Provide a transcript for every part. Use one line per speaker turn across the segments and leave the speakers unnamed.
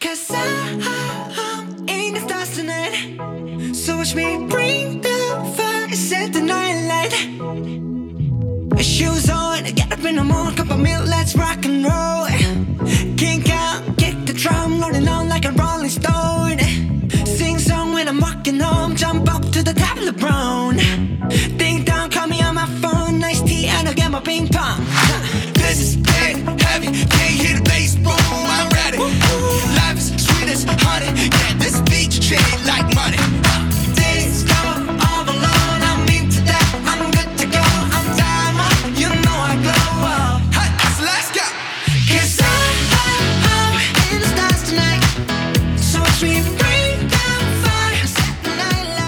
Cause I, I'm in the stars tonight. So watch me bring the fire, set the night light. Shoes on, get up in the morning, cup of milk, let's rock and roll. Kink out, kick the drum, rolling on like a rolling stone. Sing song when I'm walking home, jump up to the top of the brown. Ding dong, call me on my phone, nice tea, and I'll get my ping pong.
This is dead heavy. Can't hear the bass, boom, I'm ready. Life is sweet as honey. Yeah, this beach chain like money.
Days gone, all alone, I'm into that, I'm good to go. I'm diamond, you know I glow up.
Hey, so let's go.
Cause I, I'm in the stars tonight. So watch me bring down fire,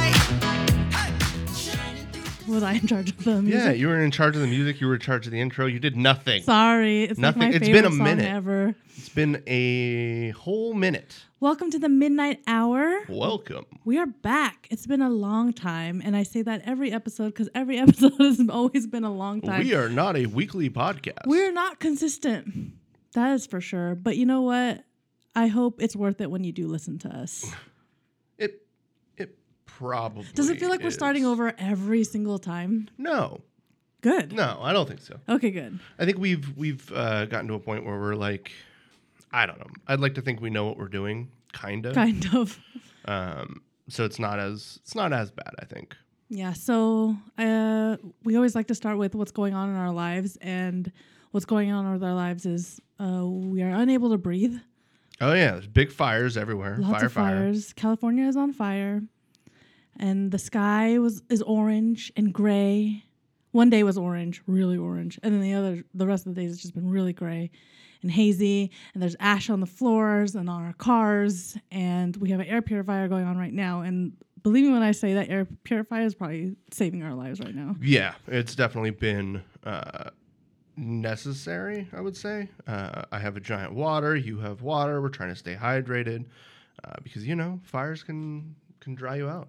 set the night light.
Was I in charge of the music?
Yeah, you were in charge of the music. You were in charge of the intro. You did nothing.
Sorry, it's
Nothing.
Like my
It's
favorite
been a
song
minute.
ever.
It's been a whole minute.
Welcome to the midnight hour.
Welcome.
We are back. It's been a long time, and I say that every episode because every episode has always been a long time.
We are not a weekly podcast.
We're not consistent. That is for sure. But you know what? I hope it's worth it when you do listen to us.
it. It probably
Does it feel like we're
is.
starting over every single time?
No,
Good.
no, I don't think so.
Okay, good.
I think we've we've uh, gotten to a point where we're like, I don't know. I'd like to think we know what we're doing, kind of.
Kind of.
Um, so it's not as it's not as bad. I think.
Yeah, so uh, we always like to start with what's going on in our lives, and what's going on with our lives is uh, we are unable to breathe.
Oh yeah, there's big fires everywhere.
Lots
fire,
of fires. California is on fire, and the sky was is orange and gray. One day was orange, really orange, and then the other, the rest of the days has just been really gray and hazy. And there's ash on the floors and on our cars, and we have an air purifier going on right now. And believe me when I say that air purifier is probably saving our lives right now.
Yeah, it's definitely been uh, necessary. I would say. Uh, I have a giant water. You have water. We're trying to stay hydrated uh, because you know fires can can dry you out.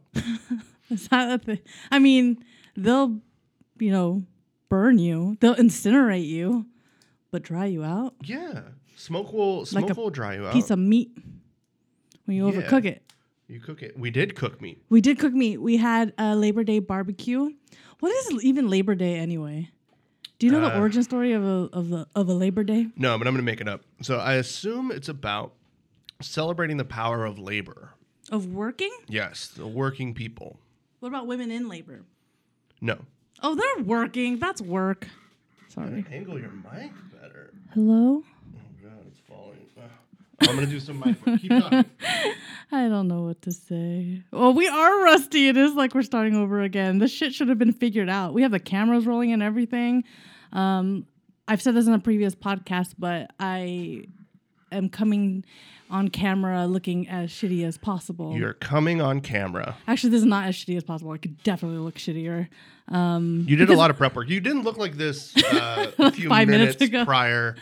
Is that a thi- I mean, they'll, you know, burn you. They'll incinerate you, but dry you out.
yeah, smoke will
Like
smoke
a
will dry you out.
Piece of meat when you
Yeah.
overcook it.
you cook it. We did cook meat.
We did cook meat. We had a Labor Day barbecue. What is even Labor Day anyway? Do you know the
Uh,
origin story of a of a of a Labor Day?
No, but I'm gonna make it up. So I assume it's about celebrating the power of labor.
Of working?
Yes, the working people.
What about women in labor?
No.
Oh, they're working. That's work. Sorry.
Angle your mic better.
Hello?
Oh god, it's falling. Ugh. I'm gonna do some mic work. Keep talking.
I don't know what to say. Well, we are rusty. It is like we're starting over again. This shit should have been figured out. We have the cameras rolling and everything. Um, I've said this in a previous podcast, but I am coming on camera looking as shitty as possible.
You're coming on camera.
Actually, this is not as shitty as possible. I could definitely look shittier. Um,
You did a lot of prep work. You didn't look like this uh, a few
Five minutes
minutes,
ago.
prior.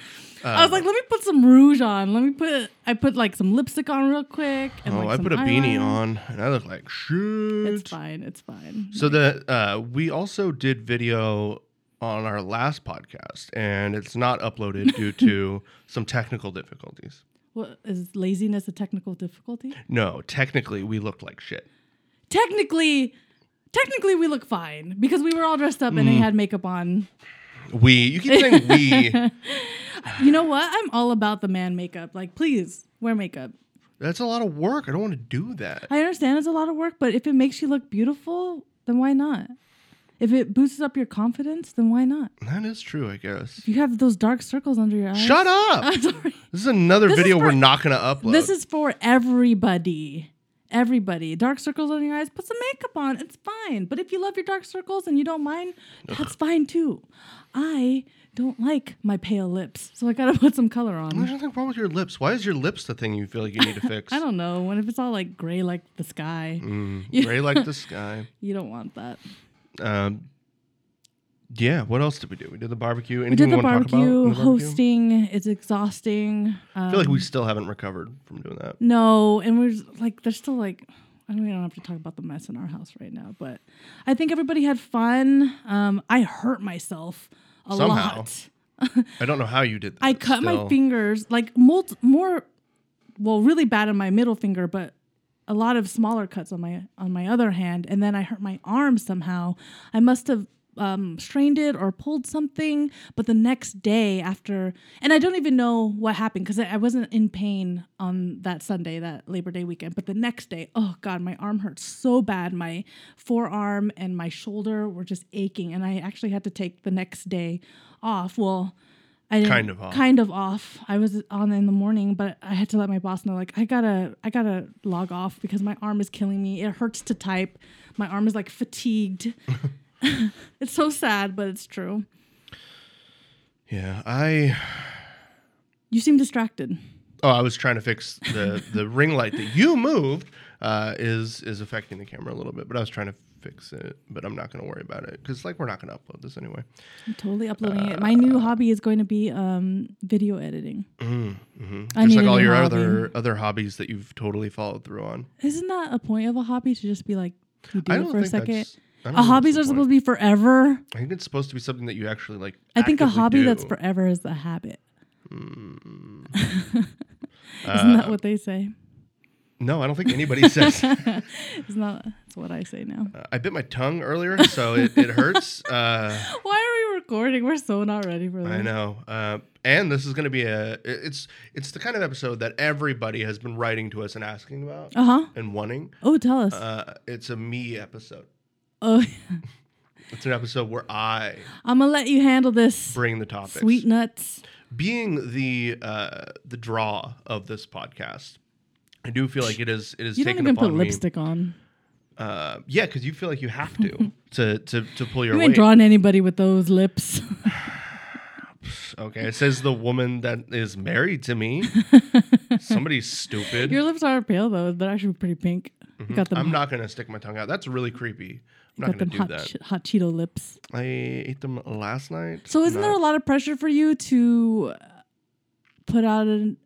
I
Uh,
was like, let me put some rouge on. Let me put. I put like some lipstick on real quick. And,
Oh,
like,
I
some
put a beanie
eyeliner.
on and I look like shoot.
It's fine. It's fine.
So the uh, we also did video on our last podcast, and it's not uploaded due to some technical difficulties.
What is laziness a technical difficulty?
No, technically we looked like shit.
technically technically we look fine because we were all dressed up and I had makeup on.
We you keep saying we.
You know what? I'm all about the man makeup. Like please wear makeup.
That's a lot of work. I don't want to do that.
I understand it's a lot of work, but if it makes you look beautiful, then why not? If it boosts up your confidence, then why not?
That is true, I guess.
If you have those dark circles under your eyes.
Shut up.
I'm sorry.
This is another
This is
video
for-
we're not going to upload.
This is for everybody. Everybody. Dark circles under your eyes, put some makeup on. It's fine. But if you love your dark circles and you don't mind, that's fine too. I don't like my pale lips, so I gotta put some color on.
There's nothing wrong with your lips. Why is your lips the thing you feel like you need to fix?
I don't know. What if it's all like gray like the sky?
Mm. Gray like the sky.
You don't want that.
Um, yeah. What else did we do? We did the barbecue. Anything
We did the
want to talk about?
barbecue,
in the barbecue?
hosting. It's exhausting.
I feel like we still haven't recovered from doing that.
No, and we're just, like, there's still like, I mean, we don't have to talk about the mess in our house right now, but I think everybody had fun. Um, I hurt myself a
Somehow.
lot.
I don't know how you did that.
I cut my
still.
fingers like mult- more well, really bad on my middle finger, but a lot of smaller cuts on my on my other hand. And then I hurt my arm somehow. I must have um, strained it or pulled something. But the next day after, and I don't even know what happened because I, I wasn't in pain on that Sunday, that Labor Day weekend. But the next day, oh god, my arm hurt so bad. My forearm and my shoulder were just aching, and I actually had to take the next day off. Well. I didn't,
Kind of off.
Kind of off. I was on in the morning, but I had to let my boss know, like, I gotta, I gotta log off because my arm is killing me. It hurts to type. My arm is like fatigued. it's so sad, but it's true.
Yeah, I.
You seem distracted.
Oh, I was trying to fix the the ring light that you moved. Uh, is is affecting the camera a little bit, but I was trying to fix it. But I'm not going to worry about it because like we're not going to upload this anyway.
I'm totally uploading it. My
Uh.
new hobby is going to be um, video editing. I
Mm-hmm, Just
need
like
a
all
new
your
hobby.
other other hobbies that you've totally followed through on.
Isn't that a point of a hobby to just be like, you do
I
it
don't
for a
think
second?
that's- I don't
A
think
hobbies are
that's the
supposed
point.
to be forever.
I think it's supposed to be something that you actually like.
I think a
actively
hobby
do. Hmm.
that's forever is a habit. Isn't
Uh,
that what they say?
No, I don't think anybody says. Uh,
Isn't that that's what I say now?
I bit my tongue earlier, so it, it hurts. Uh,
Why are we recording? We're so not ready for this.
I know. Uh, and this is going to be a it- it's it's the kind of episode that everybody has been writing to us and asking about
Uh huh.
and wanting.
Oh, tell us.
Uh, it's a me episode.
oh,
It's an episode where I
I'm gonna let you handle this.
bring the topics.
Sweet nuts.
Being the uh, the draw of this podcast, I do feel like it is it is
You don't
taken
even
upon
put
me.
lipstick on.
Uh, yeah, because you feel like you have to to to to pull your
You
weight.
ain't drawing anybody with those lips.
Okay, it says the woman that is married to me. Somebody's stupid.
Your lips are pale though; they're actually pretty pink. You got them.
Mm-hmm. I'm not gonna stick my tongue out. That's really creepy. I'm not
got them
gonna do
hot,
that.
che- hot Cheeto lips.
I ate them last night.
So, isn't there a
Not-
lot of pressure for you to uh, put out an,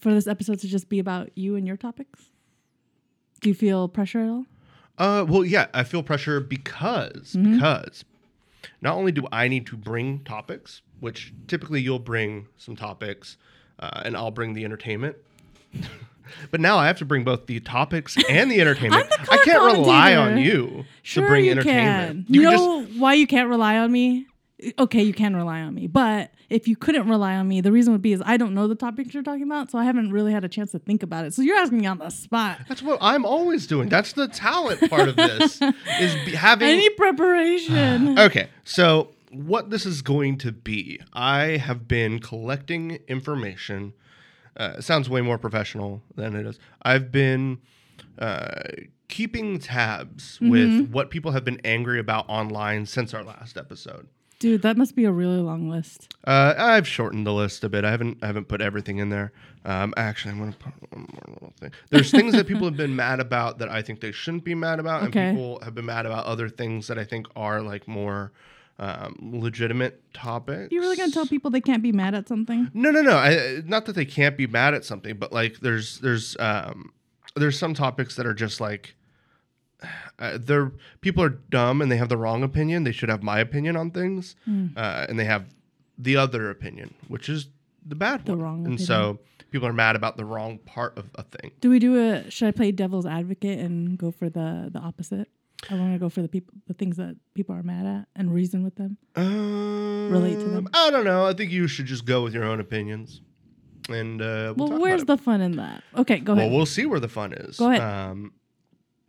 for this episode to just be about you and your topics? Do you feel pressure at all?
Uh, well, yeah, I feel pressure because
Mm-hmm.
because not only do I need to bring topics, which typically you'll bring some topics, uh, and I'll bring the entertainment. But now I have to bring both the topics and the entertainment.
the
I
color
can't rely on
commentator.
you
Sure,
to bring
you
entertainment.
can. You,
can
know why you can't rely on me? Okay, you can rely on me, but if you couldn't rely on me, the reason would be is I don't know the topics you're talking about, so I haven't really had a chance to think about it. So you're asking me on the spot.
That's what I'm always doing. That's the talent part of this is be having.
Any preparation?
okay, so what this is going to be, I have been collecting information. Uh, it sounds way more professional than it is. I've been uh, keeping tabs with what people have been angry about online since our last episode.
Dude, that must be a really long list.
Uh, I've shortened the list a bit. I haven't I haven't put everything in there. Um, actually, I'm gonna put one more little thing. There's things that people have been mad about that I think they shouldn't be mad about,
Okay.
and people have been mad about other things that I think are like more um, legitimate topics.
You really gonna tell people they can't be mad at something?
No, no, no. I, not that they can't be mad at something, but like there's there's um, there's some topics that are just like uh, they're people are dumb and they have the wrong opinion. They should have my opinion on things,
Mm.
uh, and they have the other opinion, which is the bad
The
one.
wrong
and so people are mad about the wrong part of a thing.
Do we do a? Should I play devil's advocate and go for the the opposite? I want to go for the people, the things that people are mad at, and reason with them.
Um,
to them.
I don't know. I think you should just go with your own opinions. And uh, we'll,
Well,
talk
where's
about it.
the fun in that? Okay, go
Well,
ahead.
we'll see where the fun is.
Go ahead.
Um,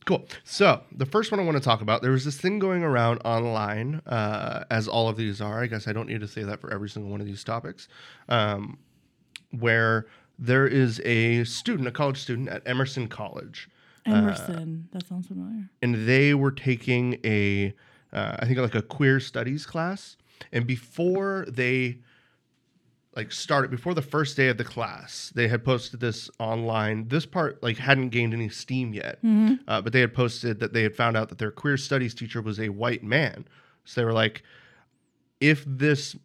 cool. So the first one I want to talk about, there was this thing going around online, uh, as all of these are. I guess I don't need to say that for every single one of these topics, um, where there is a student, a college student at Emerson College,
Emerson. that sounds familiar.
and they were taking a, uh, I think like a queer studies class, and before they like started before the first day of the class they had posted this online this part like hadn't gained any steam yet
Mm-hmm.
uh, but they had posted that they had found out that their queer studies teacher was a white man so they were like if this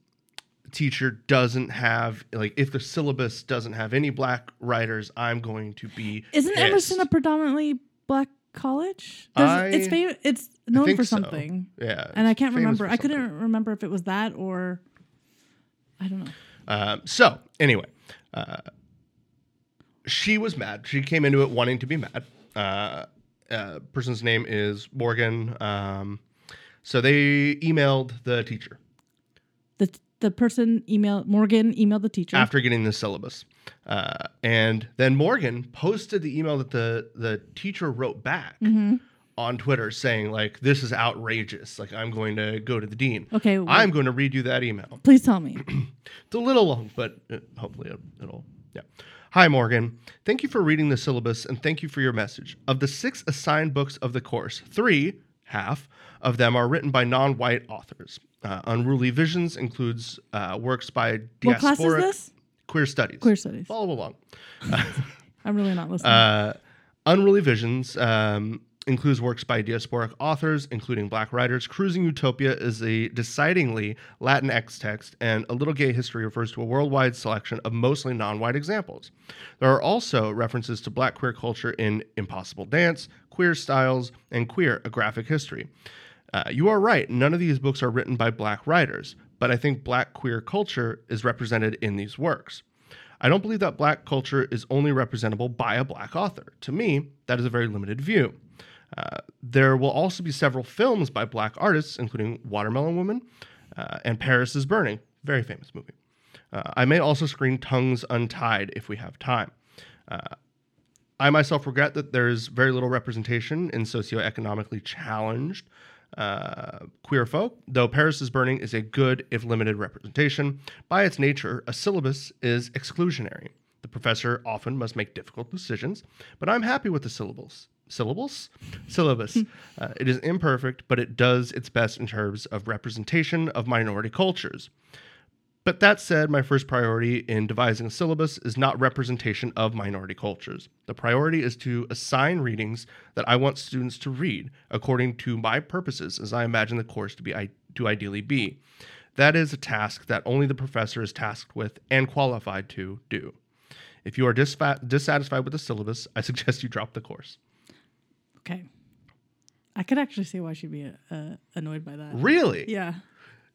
teacher doesn't have like if the syllabus doesn't have any black writers i'm going to be
Isn't Emerson a
pissed."
predominantly black college? There's, it's
I-
famous. It's
I
known
think
for
so.
something,
yeah
and I
it's
can't
famous
remember.
for
I
something.
couldn't remember if it was that or I don't know.
Um, so anyway, uh, she was mad. She came into it wanting to be mad. Uh, uh, person's name is Morgan. Um, so they emailed the teacher
The the person emailed Morgan emailed the teacher.
after getting the syllabus, uh, and then Morgan posted the email that the the teacher wrote back
Mm-hmm.
on Twitter saying like, "This is outrageous. Like, I'm going to go to the dean.
Okay, wait.
I'm going to read you that email."
Please tell me.
It's a little long, but uh, hopefully it- it'll. Yeah. Hi, Morgan. Thank you for reading the syllabus and thank you for your message. Of the six assigned books of the course, three, half, of them are written by non white authors. Uh, Unruly Visions includes uh, works by
What class is
diasporic
this?
queer studies.
Queer studies.
Follow along.
I'm really not listening.
Uh, Unruly Visions um, includes works by diasporic authors, including Black writers. Cruising Utopia is a decidingly Latinx text, and A Little Gay History refers to a worldwide selection of mostly non white examples. There are also references to Black queer culture in Impossible Dance, Queer Styles, and Queer, a graphic history. Uh, you are right, none of these books are written by Black writers, but I think Black queer culture is represented in these works. I don't believe that black culture is only representable by a black author. To me, that is a very limited view. Uh, there will also be several films by black artists, including Watermelon Woman uh, and Paris is Burning, very famous movie. Uh, I may also screen Tongues Untied if we have time. I myself regret that there is very little representation in socioeconomically challenged uh, queer folk, though Paris is Burning is a good, if limited, representation. By its nature, a syllabus is exclusionary. The professor often must make difficult decisions, but I'm happy with the syllables. Syllables? Syllabus. uh, it is imperfect, but it does its best in terms of representation of minority cultures. But that said, my first priority in devising a syllabus is not representation of minority cultures. The priority is to assign readings that I want students to read according to my purposes as I imagine the course to be I- to ideally be. That is a task that only the professor is tasked with and qualified to do. If you are disfa- dissatisfied with the syllabus, I suggest you drop the course.
okay. I could actually see why she'd be uh, annoyed by that.
Really?
Yeah.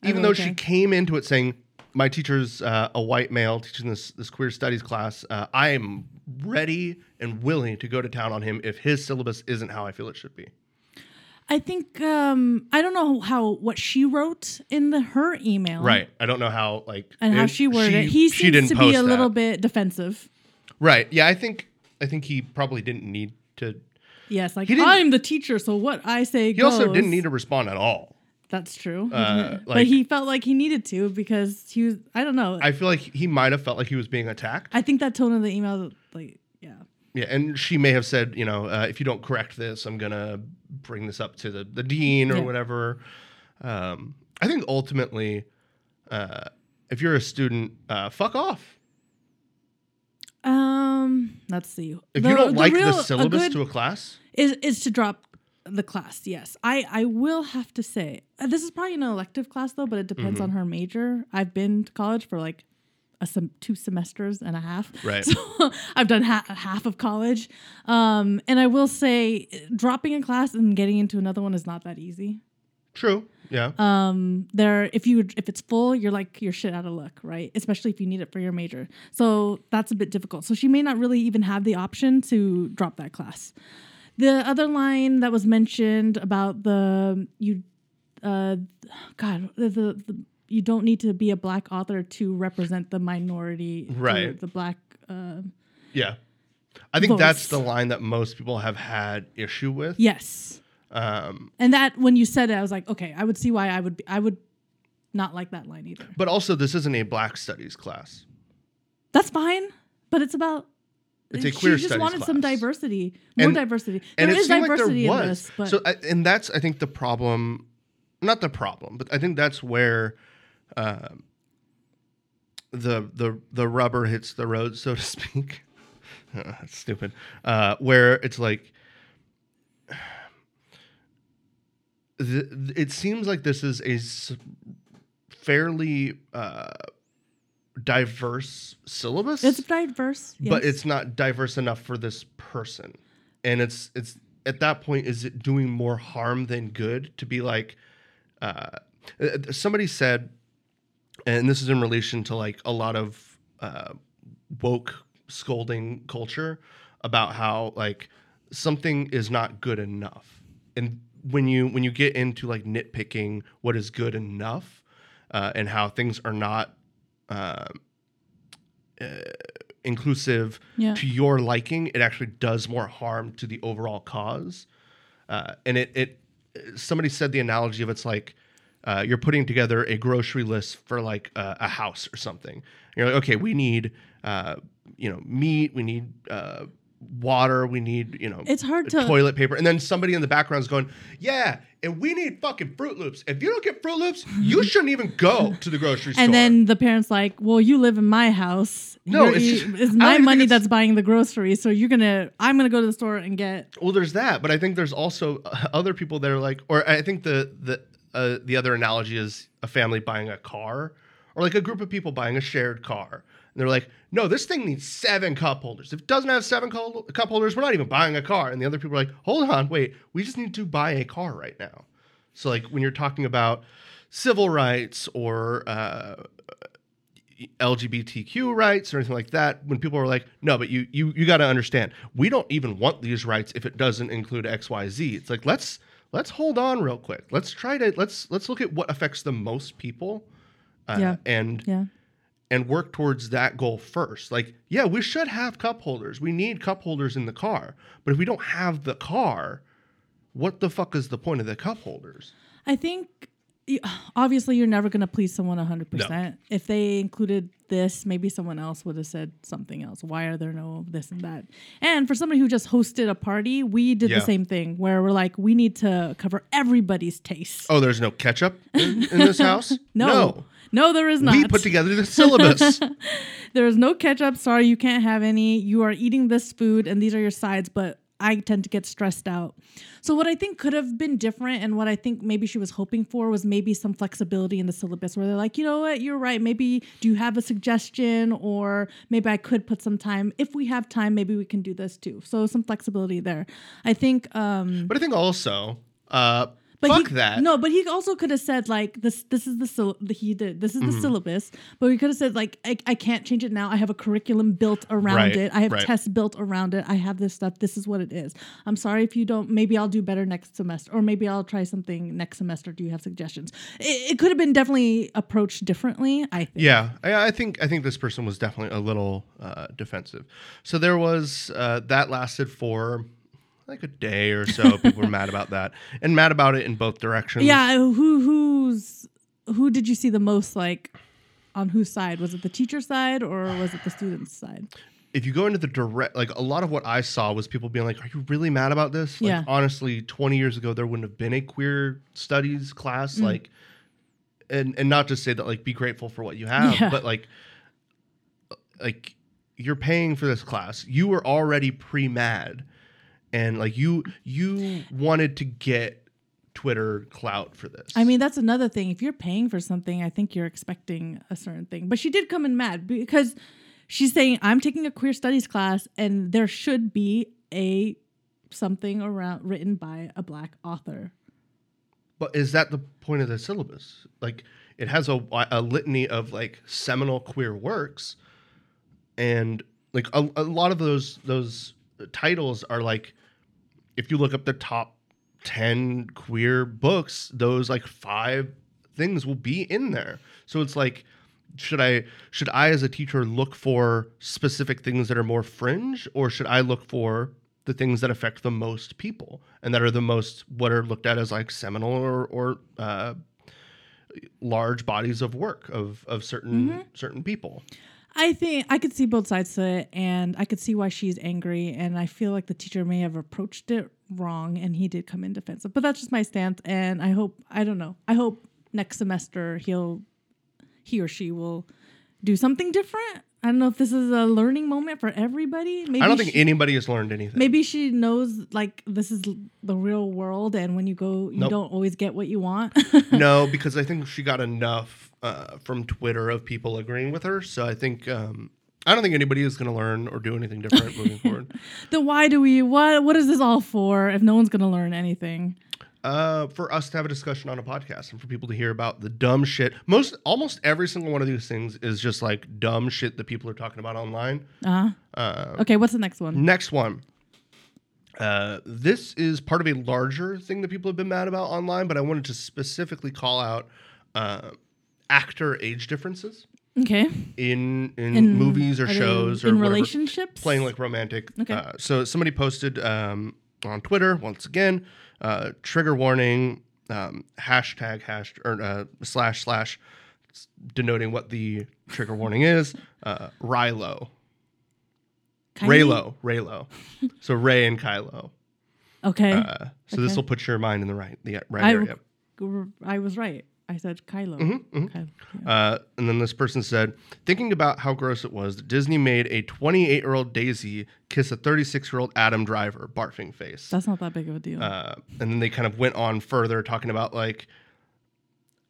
I
even
really
though she
think.
came into it saying, "My teacher's uh, a white male teaching this this queer studies class. Uh, I am ready and willing to go to town on him if his syllabus isn't how I feel it should be."
I think um, I don't know how what she wrote in the her email,
Right. I don't know how like
Oh. And how
if
she worded it. He
she
seems
didn't
to be a
post
little
that.
bit defensive.
right. Yeah, I think I think he probably didn't need to.
Yes, like
He didn't-
I'm the teacher, so what I say
He
goes.
also didn't need to respond at all.
That's true. Mm-hmm.
Uh,
but
like-
he felt like he needed to because he was. I don't know. I,
I feel like he might have felt like he was being attacked.
think that tone of the email, like, yeah,
Yeah, and she may have said, you know, uh, if you don't correct this, I'm gonna bring this up to the, the dean or
Yeah.
whatever. Um, I think ultimately, uh, if you're a student, uh, fuck off.
Um, let's see.
If you don't like
real-
the syllabus
good
to a class,
is is to drop the class. Yes, I I will have to say uh, this is probably an elective class though, but it depends on her major. I've been to college for like a sem- two semesters and a half.
Right.
So I've done ha- half of college, um, and I will say uh, dropping a class and getting into another one is not that easy.
true. Yeah,
Um, there if you if it's full, you're like you're shit out of luck, right? Especially if you need it for your major. So that's a bit difficult. So she may not really even have the option to drop that class. The other line that was mentioned about the you, uh, God, the, the, the you don't need to be a black author to represent the minority, to
Right.
The black. Uh,
yeah. I think
Voice.
that's the line that most people have had issue with.
yes,
Um,
and that when you said it, I was like, okay, I would see why I would be, I would not like that line either.
but also, this isn't a Black Studies class.
That's fine, but it's about.
It's a queer
She just
studies
wanted some
class.
diversity, more
And-
diversity.
and
There
it
is
seemed
diversity
like there
in
was.
this, but
so, I, and that's I think the problem, not the problem, but I think that's where um, the the the rubber hits the road, so to speak. That's stupid. Uh, where it's like. The, it seems like this is a s- fairly uh, diverse syllabus
it's diverse.
but
yes.
it's not diverse enough for this person and it's it's at that point is it doing more harm than good to be like uh uh, somebody said and this is in relation to like a lot of uh woke scolding culture about how like something is not good enough. And when you when you get into like nitpicking what is good enough uh, and how things are not uh, inclusive
Yeah.
to your liking, it actually does more harm to the overall cause. Uh, and it, it, somebody said the analogy of it's like uh, you're putting together a grocery list for like uh, a, a house or something. And you're like, okay, we need, uh, you know, meat, we need uh, water, we need, you know,
It's hard to-
toilet paper. And then somebody in the background's going, yeah, and we need fucking Fruit Loops. If you don't get Fruit Loops, you shouldn't even go to the grocery store.
And then the parents like, well, you live in my house.
No,
You're-
it's
you-
just- I
it's
don't
my
even think
money
it's-
that's buying the groceries. So you're gonna, I'm gonna go to the store and get.
Well, there's that, but I think there's also uh, other people that are like, or I think the the uh, the other analogy is a family buying a car, or like a group of people buying a shared car, and they're like, no, this thing needs seven cup holders. If it doesn't have seven col- cup holders, we're not even buying a car. And the other people are like, hold on, wait, we just need to buy a car right now. So like when you're talking about civil rights or uh, LGBTQ rights or anything like that. When people are like, "No, but you you you got to understand, we don't even want these rights if it doesn't include X, Y, Z." It's like let's let's hold on real quick. Let's try to let's let's look at what affects the most people, uh,
Yeah.
and
Yeah.
and work towards that goal first. Like, yeah, we should have cup holders. We need cup holders in the car, but if we don't have the car, what the fuck is the point of the cup holders?
I think y- obviously you're never going to please someone 100%. If they included this, maybe someone else would have said something else. Why are there no this and that? And for somebody who just hosted a party, we did
Yeah.
the same thing where we're like, we need to cover everybody's taste.
Oh, there's no ketchup in, in this house.
No. no. there is not.
We put together the syllabus.
there is no ketchup. Sorry, you can't have any. You are eating this food, and these are your sides, but I tend to get stressed out. So, what I think could have been different, and what I think maybe she was hoping for, was maybe some flexibility in the syllabus where they're like, you know what, you're right. Maybe do you have a suggestion, or maybe I could put some time. If we have time, maybe we can do this too. So, some flexibility there. I think. Um,
But I think also, uh,
but
fuck
he,
that.
No, but he also could have said like this. This is the syl- the- he did. This is
Mm-hmm.
the syllabus. But he could have said like I, I can't change it now. I have a curriculum built around
Right,
it. I have
right.
tests built around it. I have this stuff. This is what it is. I'm sorry if you don't. Maybe I'll do better next semester, or maybe I'll try something next semester. Do you have suggestions? It, it could have been definitely approached differently. I think.
Yeah, I, I think I think this person was definitely a little uh, defensive. So there was uh, that lasted for like a day or so. People were mad about that and mad about it in both directions.
Yeah. Who who's who did you see the most like? On whose side was it? The teacher side or was it the student's side?
if you go into the direct like a lot of what i saw was people being like are you really mad about this like
Yeah.
honestly 20 years ago there wouldn't have been a queer studies class
Mm.
like and and not just say that like be grateful for what you have
Yeah.
but like like you're paying for this class you were already pre-mad and like you you wanted to get twitter clout for this
I mean, that's another thing. If you're paying for something, I think you're expecting a certain thing. But she did come in mad because she's saying, I'm taking a queer studies class and there should be a something around written by a black author.
But is that the point of the syllabus? Like, it has a, a litany of like seminal queer works, and like a, a lot of those those titles are like, if you look up the top ten queer books, those like five things will be in there. So it's like, should I should I as a teacher look for specific things that are more fringe, or should I look for the things that affect the most people and that are the most what are looked at as like seminal or, or uh, large bodies of work of of certain certain people.
I think I could see both sides to it and I could see why she's angry and I feel like the teacher may have approached it wrong and he did come in defensive. But that's just my stance and I hope I don't know. I hope next semester he'll he or she will do something different. I don't know if this is a learning moment for everybody. Maybe
I don't
she-
think anybody has learned anything.
maybe she knows like this is l- the real world and when you go you
Nope.
don't always get what you want.
no, because I think she got enough uh, from Twitter of people agreeing with her. So I think um, I don't think anybody is going to learn or do anything different moving forward.
then why do we what what is this all for if no one's going to learn anything?
uh, for us to have a discussion on a podcast and for people to hear about the dumb shit. Most almost every single one of these things is just like dumb shit that people are talking about online.
Uh-huh.
Uh,
okay, what's the next one?
Next one. Uh, this is part of a larger thing that people have been mad about online, but I wanted to specifically call out uh, actor age differences
Okay.
in in,
In-
movies or
are they
shows or
in
whatever,
relationships?
playing like romantic.
Okay.
Uh, so somebody posted um, on Twitter once again, uh, trigger warning, um, hashtag hash or uh, slash slash denoting what the trigger warning is. Uh, Rilo,
Kylie?
Raylo, Raylo. so Ray and Kylo.
Okay.
Uh, so this will put your mind in the right the right
I,
area.
I was right. I said Kylo.
Mm-hmm,
Kylo. Yeah.
Uh, and then this person said, thinking about how gross it was that Disney made a 28 year old Daisy kiss a 36 year old Adam Driver, barfing face.
That's not that big of a deal.
Uh, and then they kind of went on further talking about like,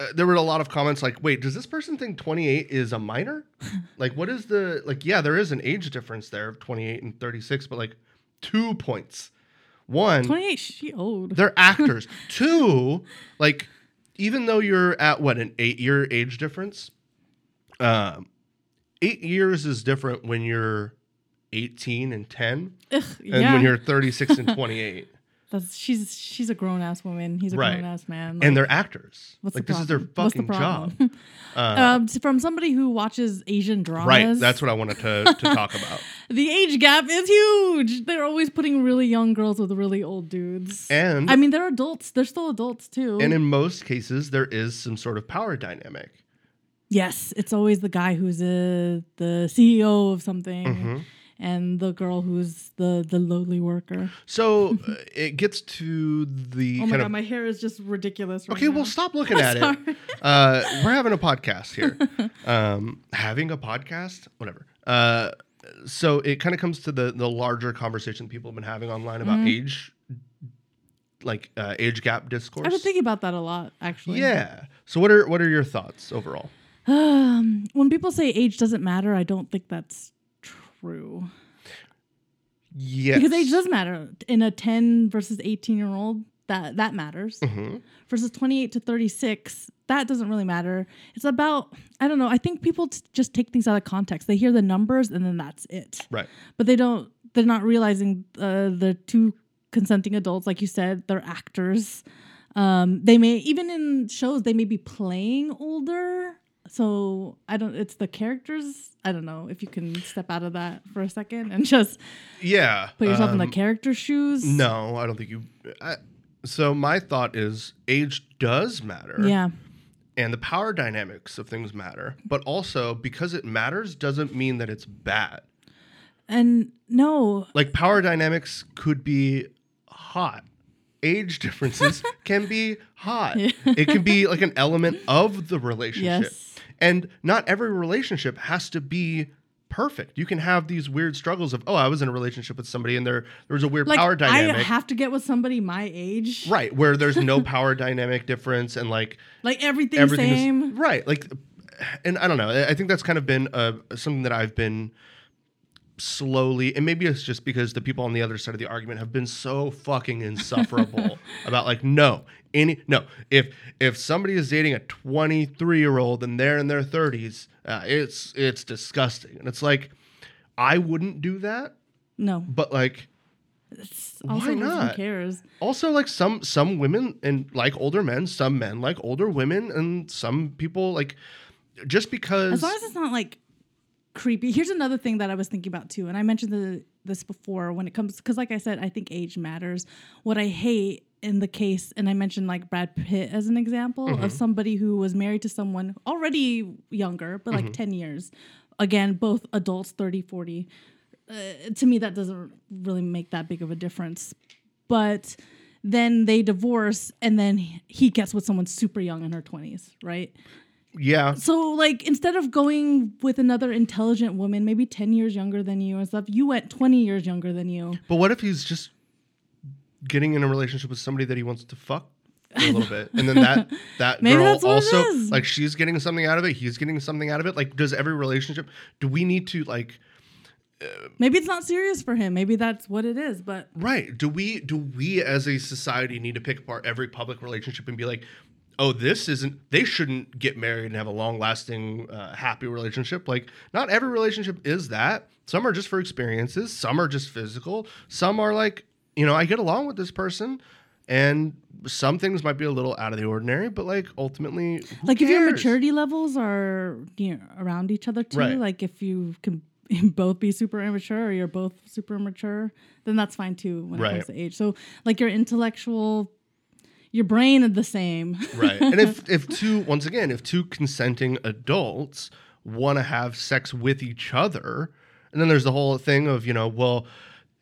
uh, there were a lot of comments like, wait, does this person think 28 is a minor? like, what is the, like, yeah, there is an age difference there of 28 and 36, but like two points. One,
28, she old.
they're actors. Two, like, even though you're at what an eight-year age difference, um, eight years is different when you're 18 and 10,
Ugh,
and
yeah.
when you're 36 and 28,
That's, she's she's a grown ass woman. He's a
Right.
grown ass man.
and
like,
they're actors.
what's the
like, this is their
problem? What's the
fucking job. Uh,
problem? um, s- from somebody who watches Asian dramas,
Right, that's what I wanted to, to talk about.
the age gap is huge. They're always putting really young girls with really old dudes.
And
I mean, they're adults. They're still adults too.
and in most cases, there is some sort of power dynamic.
yes, it's always the guy who's uh the CEO of something,
Mhm.
and the girl who's the the lowly worker.
So uh, it gets to the
Oh my
kind
god,
of
my hair is just ridiculous. Right
Okay,
now.
well, stop looking at it. Uh, we're having a podcast here. Um, having a podcast, whatever. Uh, so it kind of comes to the the larger conversation people have been having online about
Mm-hmm.
age, like uh, age gap discourse.
I've been thinking about that a lot, actually.
yeah. So what are what are your thoughts overall?
Um, when people say age doesn't matter, I don't think that's true.
Yes.
Because age does matter. In a 10 versus 18 year old, that that matters.
Mhm.
Versus 28 to 36, that doesn't really matter. It's about I don't know, I think people t- just take things out of context. They hear the numbers and then that's it.
Right.
But they don't they're not realizing uh, the two consenting adults like you said, they're actors. Um, they may even in shows they may be playing older. So I don't it's the characters. I don't know if you can step out of that for a second and just
Yeah.
Put yourself in
um,
the character shoes.
No, I don't think you. I, so my thought is age does matter.
Yeah.
and the power dynamics of things matter, but also because it matters doesn't mean that it's bad.
And no,
Like power dynamics could be hot. Age differences can be hot. It can be like an element of the relationship.
Yes.
And not every relationship has to be perfect. You can have these weird struggles of, oh, I was in a relationship with somebody and there there was a weird
like
power dynamic.
I have to get with somebody my age.
right, where there's no power dynamic difference and like
Like everything,
everything
same.
is right like and i don't know i I think that's kind of been uh, something that i've been slowly and maybe it's just because the people on the other side of the argument have been so fucking insufferable about like no any no if if somebody is dating a 23 year old and they're in their 30s uh, it's it's disgusting and it's like i wouldn't do that
no.
but like
It's also
why
who
not?
cares?
also like some some women and like older men some men like older women and some people like just because
As long as it's not like creepy. Here's another thing that I was thinking about too, and I mentioned the, this before when it comes because, like I said, I think age matters. What I hate in the case, and I mentioned like Brad Pitt as an example of somebody who was married to someone already younger, but like ten years. Again, both adults, 30, 40. Uh, to me, that doesn't really make that big of a difference. But then they divorce, and then he- he gets with someone super young in her 20s, right?
yeah
So, like, instead of going with another intelligent woman, maybe 10 years younger than you and stuff, you went 20 years younger than you.
but what if he's just getting in a relationship with somebody that he wants to fuck for a little bit and then that that
Maybe
girl
that's what it
also
is.
like she's getting something out of it he's getting something out of it like does every relationship do we need to like
Maybe it's not serious for him. Maybe that's what it is. But
Right. Do we do we as a society need to pick apart every public relationship and be like, oh, this isn't they shouldn't get married and have a long lasting uh, happy relationship? Like, not every relationship is that. Some are just for experiences. Some are just physical. Some are like, you know, I get along with this person. And some things might be a little out of the ordinary, but like ultimately, who
like if your
cares?
maturity levels are you know, around each other too
Right.
like if you can both be super immature or you're both super mature then that's fine too when it
Right.
comes to age so like your intellectual your brain is the same
right and if if two once again if two consenting adults want to have sex with each other and then there's the whole thing of you know well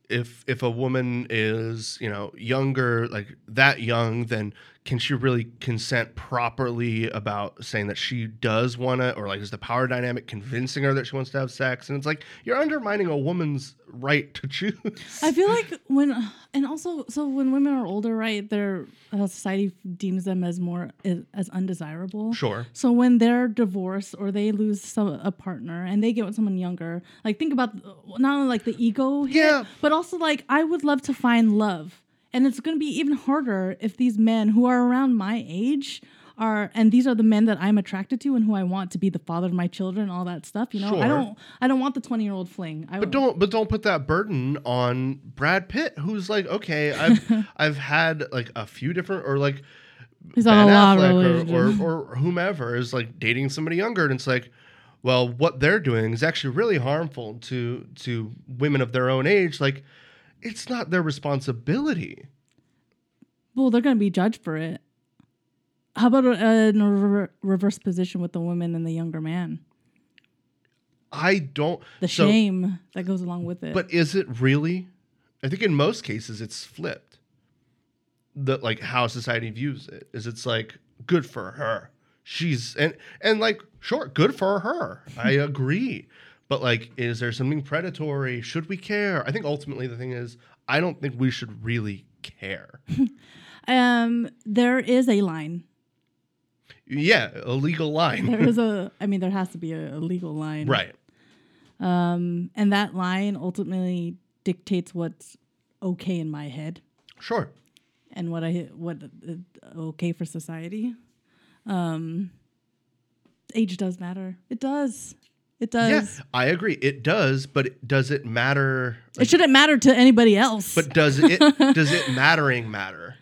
if if a woman is you know younger like that young then can she really consent properly about saying that she does want to or like is the power dynamic convincing her that she wants to have sex and it's like you're undermining a woman's right to choose
I feel like when, and also, so when women are older, right, their uh, society deems them as more as undesirable.
Sure.
So when they're divorced or they lose some a partner and they get with someone younger, like think about uh, not only like the ego, hit,
Yeah.
but also like I would love to find love, and it's going to be even harder if these men who are around my age. Are, and these are the men that I'm attracted to and who I want to be the father of my children, and all that stuff. You know,
Sure.
I don't, I don't want the 20 year old fling. I
But don't but don't put that burden on Brad Pitt, who's like, okay, I've I've had like a few different or like
He's
Ben
on a lot of
Affleck
relationships.
or, or, or whomever is like dating somebody younger, and it's like, well, what they're doing is actually really harmful to to women of their own age. Like, it's not their responsibility.
Well, they're going to be judged for it. How about a, a rever- reverse position with the woman and the younger man?
I don't
The
so-
shame that goes along with it.
But is it really? I think in most cases it's flipped. That like how society views it is it's like good for her. She's and and like sure, good for her. I agree. But like is there something predatory? Should we care? I think ultimately the thing is I don't think we should really care.
um, there is a line.
yeah, a legal line.
There is a. I mean, there has to be a, a legal line,
right.
Um, and that line ultimately dictates what's okay in my head
Sure.
and what I what uh, okay for society. Um, age does matter. It does. It
Yeah,
does.
I agree. It does, but it, does it matter?
It shouldn't matter to anybody else.
But does it does it mattering matter?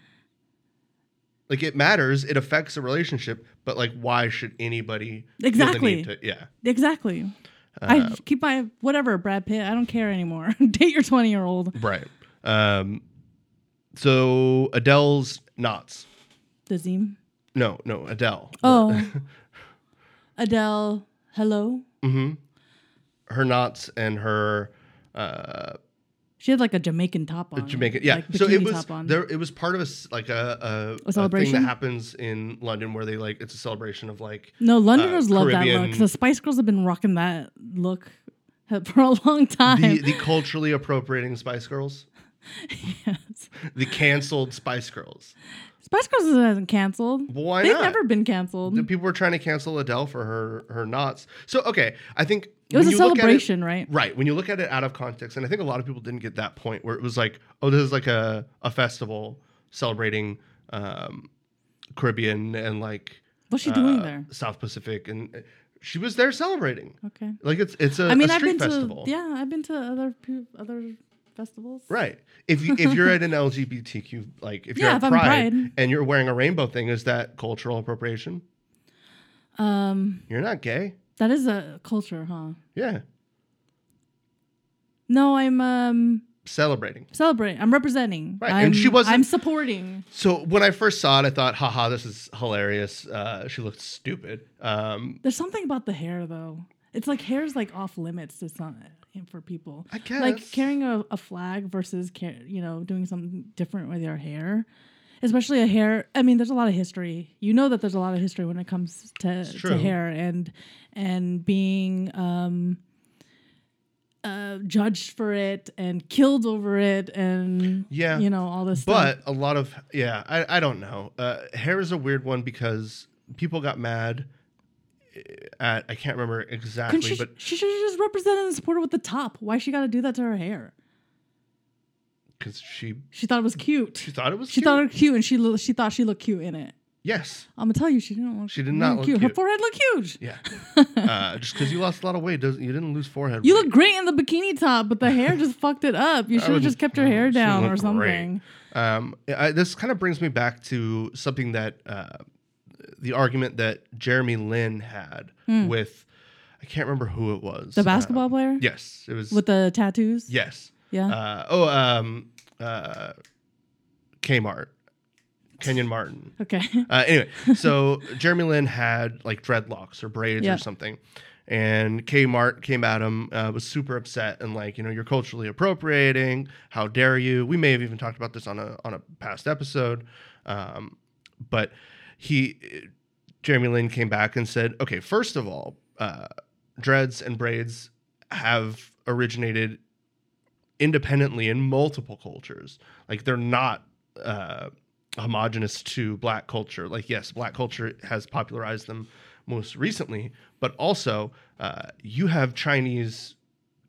Like it matters, it affects the relationship, but like why should anybody feel the
Exactly.
need to- yeah.
Exactly.
Uh,
I keep my whatever Brad Pitt. I don't care anymore. Date your twenty year old.
Right. Um so Adele's knots.
Dazim.
No, no, Adele.
Oh. Adele. Hello.
Her knots and her uh
She had like a Jamaican top on.
Jamaican yeah.
Like
so it
bikini
was
top on.
there it was part of a s- like a, a,
A
thing
celebration?
that happens in London where they like it's a celebration of like
no, Londoners
uh,
love that
Caribbean-
look. The Spice Girls have been rocking that look for a long time.
the, the culturally appropriating Spice Girls.
Yes.
The canceled Spice Girls.
Spice Girls hasn't canceled.
Well, why
They've
not?
never been canceled.
The people were trying to cancel Adele for her her knots. So okay, I think
It was
when
a
you look at it-
celebration, right?
Right. When you look at it out of context, and I think a lot of people didn't get that point where it was like, oh, this is like a, a festival celebrating um, Caribbean and like
What's she doing
uh,
there?
South Pacific, and uh, she was there celebrating.
Okay.
Like it's it's a,
I mean,
a
I've
street
been
festival.
to yeah, I've been to other pu- other festivals.
Right. If you if you're at an LGBTQ like if you're
Yeah,
at
if I'm
Pride,
Pride.
and you're wearing a rainbow thing, is that cultural appropriation?
Um,
You're not gay.
that is a culture, huh?
Yeah.
No, I'm um
Celebrating.
celebrating. I'm representing.
Right,
I'm,
and she wasn't-
I'm supporting.
So when I first saw it, I thought, haha, this is hilarious. Uh, she looked stupid. Um,
There's something about the hair though. It's like hair's like off limits to some for people.
I
Like
guess.
carrying a, a flag versus car- you know doing something different with your hair. Especially a hair. I mean, there's a lot of history. You know that there's a lot of history when it comes to,
true.
to hair and and being um, uh, judged for it and killed over it and
Yeah.
you know all this. stuff.
but a lot of yeah, I, I don't know. Uh, hair is a weird one because people got mad at I can't remember exactly,
Couldn't she,
but
she should have just represented and supported with the top. Why she got to do that to her hair?
because she
She thought it was cute.
she thought it was
She
cute.
thought it was cute, and she lo- she thought she looked cute in it.
yes,
I'm gonna tell you, she didn't look.
She did not look
Her
cute.
forehead looked huge.
yeah. uh, just because you lost a lot of weight doesn't you didn't lose forehead.
You
weight.
look great in the bikini top, but the hair just fucked it up. You should have
wouldn't-
just kept your hair
she
down
looked
or
great.
something.
Um, I, this kind of brings me back to something that uh, the argument that Jeremy Lin had with I can't remember who it was.
Hmm. The
Uh,
basketball player
yes, it was.
with the tattoos.
yes.
Yeah.
Uh, oh, um, uh, Kmart, Kenyon Martin.
okay.
Uh, anyway, so Jeremy Lin had like dreadlocks or braids
Yeah.
or something. And Kmart came at him, uh, was super upset and like, you know, you're culturally appropriating. How dare you? We may have even talked about this on a on a past episode, um, but he, Jeremy Lin came back and said, okay, first of all, uh, dreads and braids have originated independently in multiple cultures. Like they're not uh, homogenous to black culture. Like yes, black culture has popularized them most recently, but also uh, you have Chinese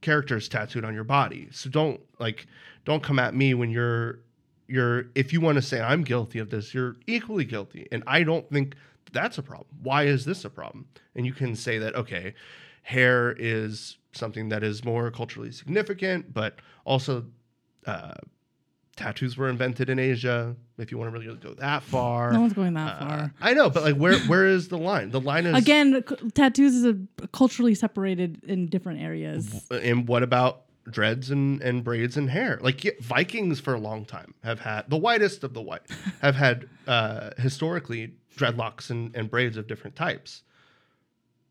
characters tattooed on your body. So don't like don't come at me when you're you're if you want to say I'm guilty of this, you're equally guilty. And I don't think that's a problem. Why is this a problem? And you can say that okay, hair is something that is more culturally significant, but also uh, tattoos were invented in Asia. If you want to really go that far,
No one's going that
Uh,
far.
I know, but like where where is the line? The line is
Again, c- tattoos is a culturally separated in different areas.
and what about dreads and, and braids and hair? Like yeah, Vikings for a long time have had the whitest of the white have had uh, historically dreadlocks and, and braids of different types.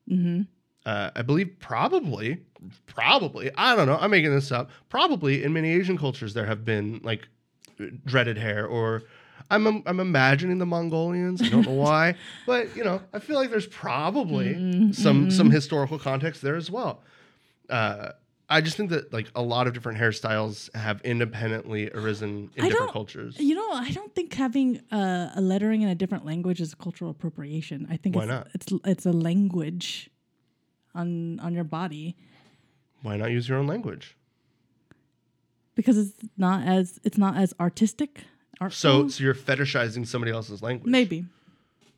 Mm-hmm.
Uh, I believe probably, probably I don't know. I'm making this up. Probably in many Asian cultures there have been like dreaded hair or. I'm, I'm, I'm imagining the Mongolians. I don't know why, but you know, I feel like there's probably
Mm-hmm,
some some historical context there as well uh, I just think that like a lot of different hairstyles have independently arisen in
I
different
don't-
cultures.
You know, I don't think having a, a lettering in a different language is cultural appropriation. I think
Why
it's,
not?
it's it's a language on on your body
Why not use your own language?
because it's not as it's not as artistic.
So,
Artful.
so you're fetishizing somebody else's language.
maybe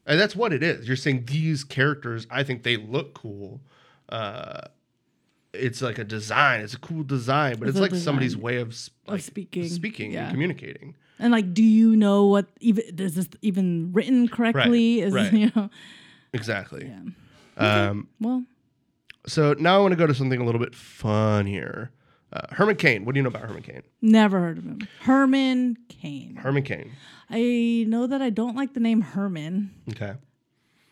and that's what it is. You're saying these characters. I think they look cool. Uh, it's like a design. It's a cool design, but
It's
it's,
a
like somebody's
design
way of, s- like,
speaking,
speaking
yeah.
and communicating.
and like, do you know what even is this even written correctly? is
right.
you know
Exactly.
Yeah.
Um,
well
so now I want to go to something a little bit funnier. Uh, Herman Cain. What do you know about Herman Cain?
never heard of him. Herman Cain.
Herman Cain.
I know that I don't like the name Herman.
Okay.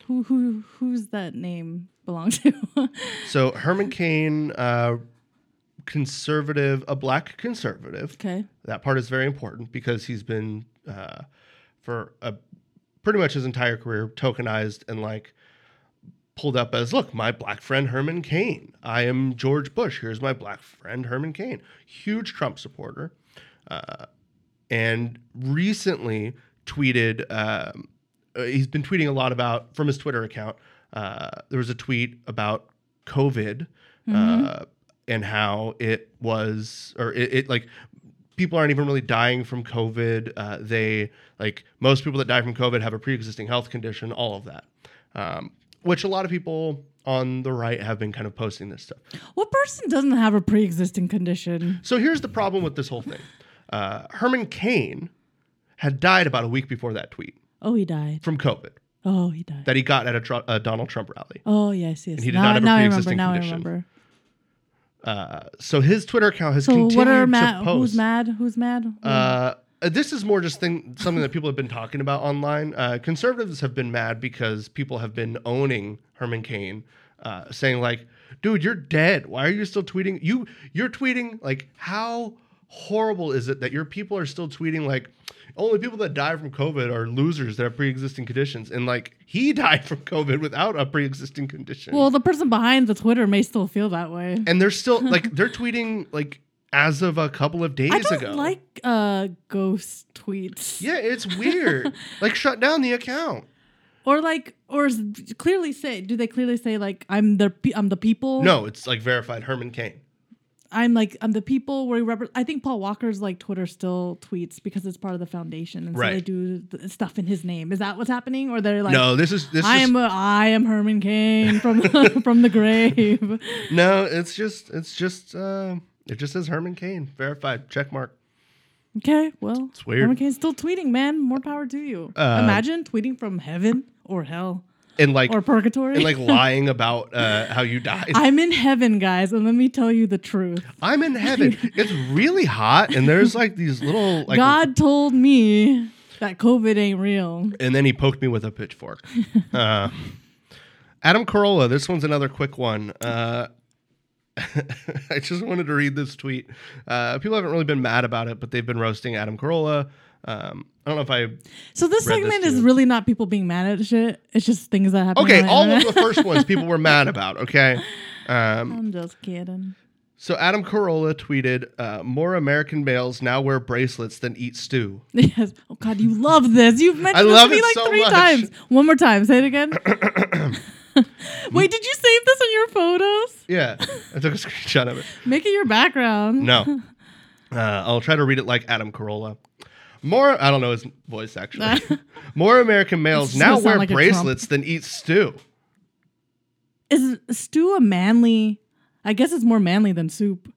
Who who who's that name belong to?
So Herman Cain, uh, conservative, a black conservative.
okay.
That part is very important because he's been uh, for a, pretty much his entire career tokenized and like pulled up as look, my black friend Herman Cain. I am George Bush. Here's my black friend Herman Cain. Huge Trump supporter, uh, and recently tweeted. Um, uh, he's been tweeting a lot about from his Twitter account. Uh, there was a tweet about COVID uh, and how it was, or it, it like people aren't even really dying from COVID. Uh, they like most people that die from COVID have a pre-existing health condition. All of that, um, which a lot of people on the right have been kind of posting this stuff.
What person doesn't have a pre-existing condition?
So here's the problem with this whole thing. Uh, Herman Cain had died about a week before that tweet
Oh, he died.
from COVID
Oh, he died.
that he got at a, tru- a Donald Trump rally.
oh, yes, yes.
he did
now,
not have a
now I remember.
pre-existing
Now I
condition.
remember.
Uh, so his Twitter account has
So
continued
what are
to
mad?
post.
Who's mad? Who's mad?
Uh, this is more just thing something that people have been talking about online. Uh, conservatives have been mad because people have been owning Herman Cain, uh, saying like, "Dude, you're dead. Why are you still tweeting? You you're tweeting like how." Horrible is it that your people are still tweeting like only people that die from COVID are losers that have pre-existing conditions, and like he died from COVID without a pre-existing condition.
well, the person behind the Twitter may still feel that way.
and they're still like they're tweeting like as of a couple of days
I don't
ago.
like uh, ghost tweets.
Yeah, it's weird. like shut down the account.
Or like, or s- clearly say, do they clearly say like I'm the pe- I'm the people?
No, it's like verified Herman Cain.
I'm like I'm the people where he repre- I think Paul Walker's like Twitter still tweets because it's part of the foundation, and so they
Right.
do th- stuff in his name. Is that what's happening, or they're like,
no, this is this
I
is
am a, I am Herman Cain from the, from the grave.
no. It's just it's just uh, it just says Herman Cain verified check mark.
Okay, well, it's
weird. Uh,
Herman Cain's still tweeting, man. More power to you. Imagine tweeting from heaven or hell
and like
or purgatory.
and like lying about uh, how you died.
I'm in heaven, guys, and let me tell you the truth.
I'm in heaven. It's really hot, and there's like these little like.
God told me that COVID ain't real.
And then he poked me with a pitchfork. Uh, Adam Carolla. This one's another quick one. Uh, I just wanted to read this tweet. Uh, people haven't really been mad about it, but they've been roasting Adam Carolla. Um, I don't know if I.
So this
Read this
segment
to
is
you.
really not people being mad at shit. It's just things that happen.
Okay,
on the
all of
internet.
the first ones people were mad about. Okay. Um,
I'm just kidding.
so Adam Carolla tweeted, uh, "More American males now wear bracelets than eat stew."
Yes. Oh God, you love this. You've mentioned
I
this
love
to me
it
like
so
three
much.
times. One more time. Say it again. Wait, did you save this in your photos?
Yeah, I took a screenshot of it.
Make it your background.
No. Uh, I'll try to read it like Adam Carolla. More, I don't know his voice actually. More American males
It's
now
gonna sound
wear
like a Trump.
bracelets than eat stew.
Is stew a manly? I guess it's more manly than soup.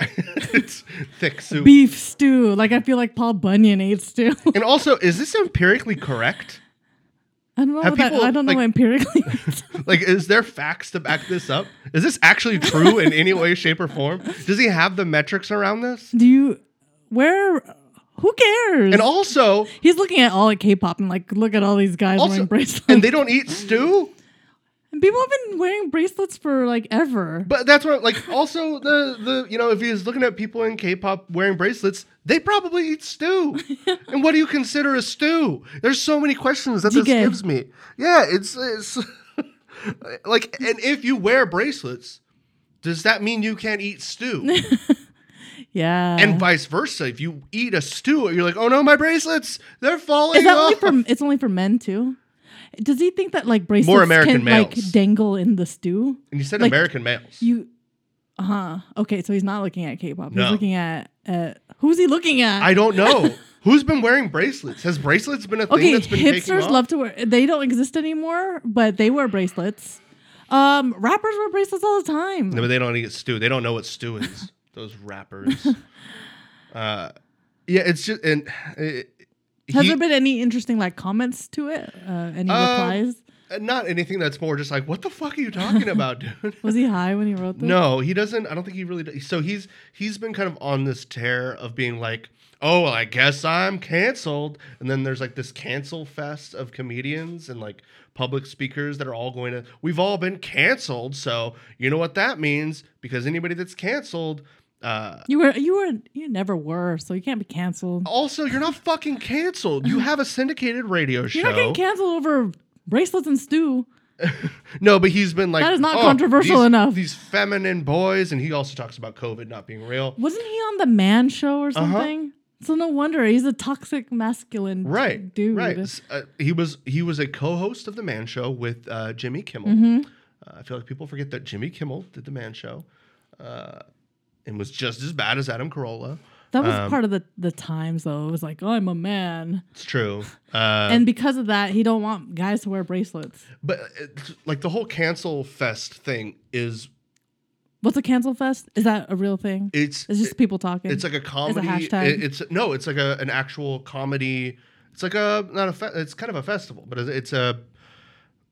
it's thick soup.
Beef stew. Like I feel like Paul Bunyan ate stew.
and also, is this empirically correct?
I don't know.
Have
What that,
people,
I don't know
like-
empirically.
Like, is there facts to back this up? Is this actually true in any way, shape, or form? Does he have the metrics around this?
Do you? Where? Who cares?
And also,
He's looking at all at K-pop and like, look at all these guys
also,
wearing bracelets.
and they don't eat stew.
And people have been wearing bracelets for like ever.
But that's what, like, also the the you know, if he's looking at people in K-pop wearing bracelets, they probably eat stew. and what do you consider a stew? There's so many questions that this
Jjigae.
gives me. Yeah, it's it's like, and if you wear bracelets, does that mean you can't eat stew?
yeah.
and vice versa, if you eat a stew, you're like, oh no, my bracelets, they're falling
is that only
off.
for? It's only for men too. Does he think that like bracelets
American
can
males.
like dangle in the stew?
and you said
like,
American males.
You. Uh huh. Okay, so he's not looking at K-pop.
No.
He's looking at at who's he looking at?
I don't know. Who's been wearing bracelets? Has bracelets been a thing
okay,
that's been taking
hipsters
off?
love to wear. They don't exist anymore, but they wear bracelets. Um, rappers wear bracelets all the time.
No, but they don't eat stew. They don't know what stew is. those rappers. uh, yeah, it's just and it,
Has
he-
there been any interesting like comments to it? Uh, any
Um,
replies?
not anything that's more just like what the fuck are you talking about, dude?
Was he high when he wrote this?
no, he doesn't. I don't think he really. Does. So he's he's been kind of on this tear of being like, oh, well, I guess I'm canceled. And then there's like this cancel fest of comedians and like public speakers that are all going to. We've all been canceled, so you know what that means because anybody that's canceled. Uh,
You were you were you never were, so you can't be canceled.
Also, you're not fucking canceled. You have a syndicated radio show.
You're not getting canceled over bracelets and stew.
no, but he's been like
That is not
"Oh,
controversial
these-
enough."
These feminine boys, and he also talks about COVID not being real.
Wasn't he on the man show or
Uh-huh.
something? So no wonder he's a toxic masculine t-
Right,
dude.
Right. S- uh, he was he was a co-host of the Man Show with uh, Jimmy Kimmel.
Mm-hmm.
Uh, I feel like people forget that Jimmy Kimmel did the Man Show, uh, and was just as bad as Adam Carolla.
That was
Um,
part of the the times though. It was like, oh, I'm a man,
It's true. Uh,
and because of that, he don't want guys to wear bracelets.
but uh, it's, like the whole cancel fest thing is
What's a cancel fest? Is that a real thing?
it's
It's just people talking.
It's like a comedy.
hashtag.
it- it's no, it's like a, an actual comedy. It's like a not a. Fe- it's kind of a festival, but it's, it's a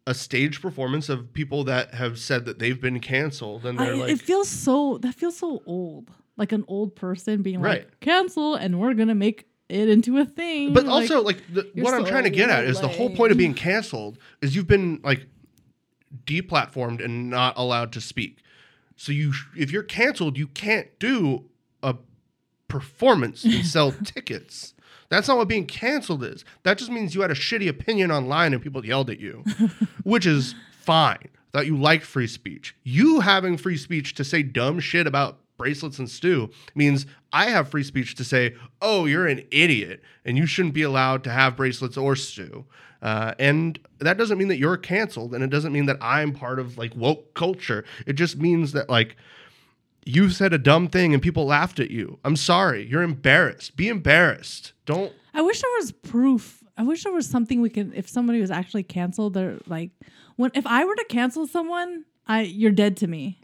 a stage performance of people that have said that they've been canceled, and
I,
they're like,
it feels so that feels so old like an old person being
Right.
like cancel and we're gonna make it into a thing
but
like-
also like the,
you're
what I'm
so
trying to get at is the whole point of being canceled is you've been like deplatformed and not allowed to speak. So you, sh- if you're canceled, you can't do a performance and sell tickets. That's not what being canceled is. That just means you had a shitty opinion online and people yelled at you, which is fine. That you like free speech. You having free speech to say dumb shit about bracelets and stew means I have free speech to say, oh, you're an idiot and you shouldn't be allowed to have bracelets or stew. Uh, and that doesn't mean that you're canceled and it doesn't mean that I'm part of like woke culture. It just means that like you said a dumb thing and people laughed at you. I'm sorry. You're embarrassed. Be embarrassed. Don't
I wish there was proof. I wish there was something we could. If somebody was actually canceled, they're like, when if I were to cancel someone, I you're dead to me.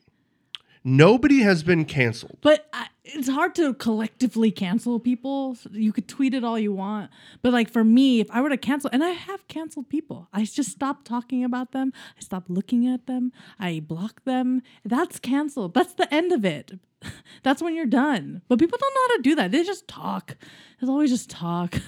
nobody has been canceled.
But I, it's hard to collectively cancel people. You could tweet it all you want, but like for me, if I were to cancel, and I have canceled people, I just stopped talking about them. I stopped looking at them. I block them. That's canceled. That's the end of it. That's when you're done. But people don't know how to do that. They just talk. There's always just talk.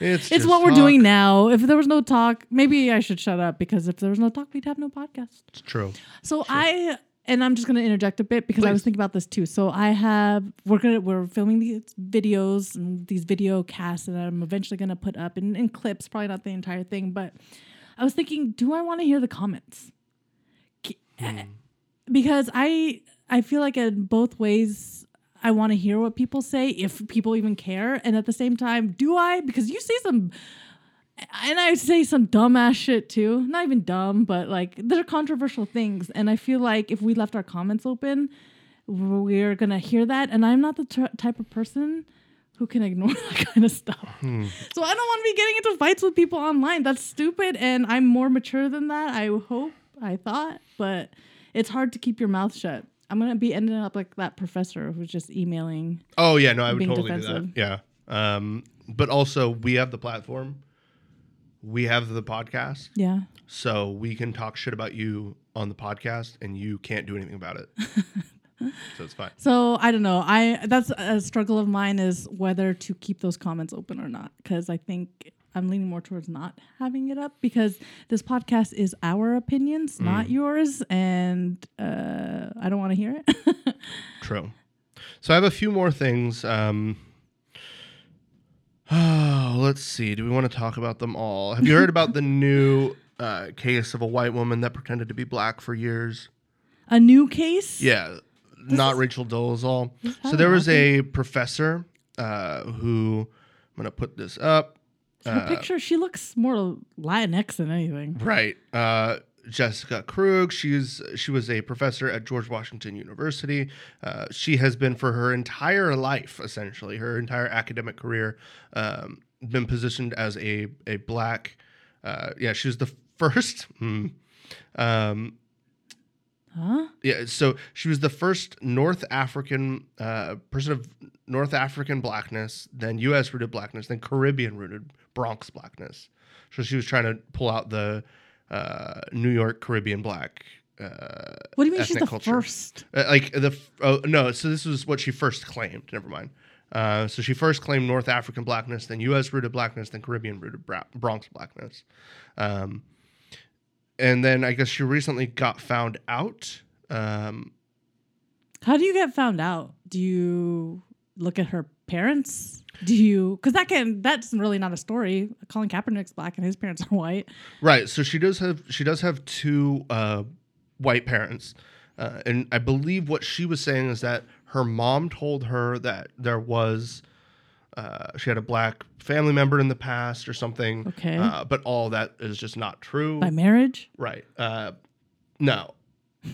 It's,
It's
just
what we're
talk.
doing now. If there was no talk, maybe I should shut up because if there was no talk, we'd have no podcast.
It's true.
So I and I'm just going to interject a bit because I was
Please.
thinking about this too. So I have we're gonna we're filming these videos and these video casts that I'm eventually going to put up in, in clips, probably not the entire thing, but I was thinking, do I want to hear the comments? K-
Hmm.
Because I I feel like in both ways I want to hear what people say if people even care, and at the same time, do I? Because you see some and I say some dumb ass shit too. Not even dumb, but like they're controversial things. And I feel like if we left our comments open, we're gonna hear that. And I'm not the t- type of person who can ignore that kind of stuff. So I don't want to be getting into fights with people online. That's stupid. And I'm more mature than that. I hope. I thought, but it's hard to keep your mouth shut. I'm gonna be ending up like that professor who's just emailing.
Oh yeah, no, I would
Being
totally
defensive.
do that. Yeah. Um, but also we have the platform. We have the podcast.
Yeah.
So we can talk shit about you on the podcast and you can't do anything about it. so it's fine.
So I don't know. I that's a struggle of mine is whether to keep those comments open or not because I think I'm leaning more towards not having it up because this podcast is our opinions,
Mm.
not yours, and uh, I don't want to hear it.
True. So I have a few more things. Um oh, let's see. Do we want to talk about them all? Have you heard about the new uh, case of a white woman that pretended to be black for years?
a new case.
Yeah, not Rachel Dolezal. So
hasn't
there was a professor uh, who I'm gonna put this up.
Her
uh,
picture. She looks more Latinx than anything.
Right, uh, Jessica Krug. She's she was a professor at George Washington University. Uh, she has been for her entire life, essentially her entire academic career, um, been positioned as a a black. Uh, yeah, she was the first. mm, um,
Huh?
Yeah, so she was the first North African uh, person of North African blackness, then U.S. rooted blackness, then Caribbean rooted Bronx blackness. So she was trying to pull out the uh, New York Caribbean black. Uh,
What do you mean she's
Ethnic
the
culture.
first?
uh, like the f- oh, no so this was what she first claimed never mind uh, so she first claimed north african blackness then us rooted blackness then caribbean rooted bra- bronx blackness um, and then i guess she recently got found out um,
How do you get found out? Do you look at her parents? Do you? Because that can. That's really not a story. Colin Kaepernick's black and his parents are white.
right so she does have she does have two uh, white parents uh, and i believe what she was saying is that her mom told her that there was uh, she had a black family member in the past or something
Okay.
uh, but all that is just not true
By marriage?
Right. Uh, no.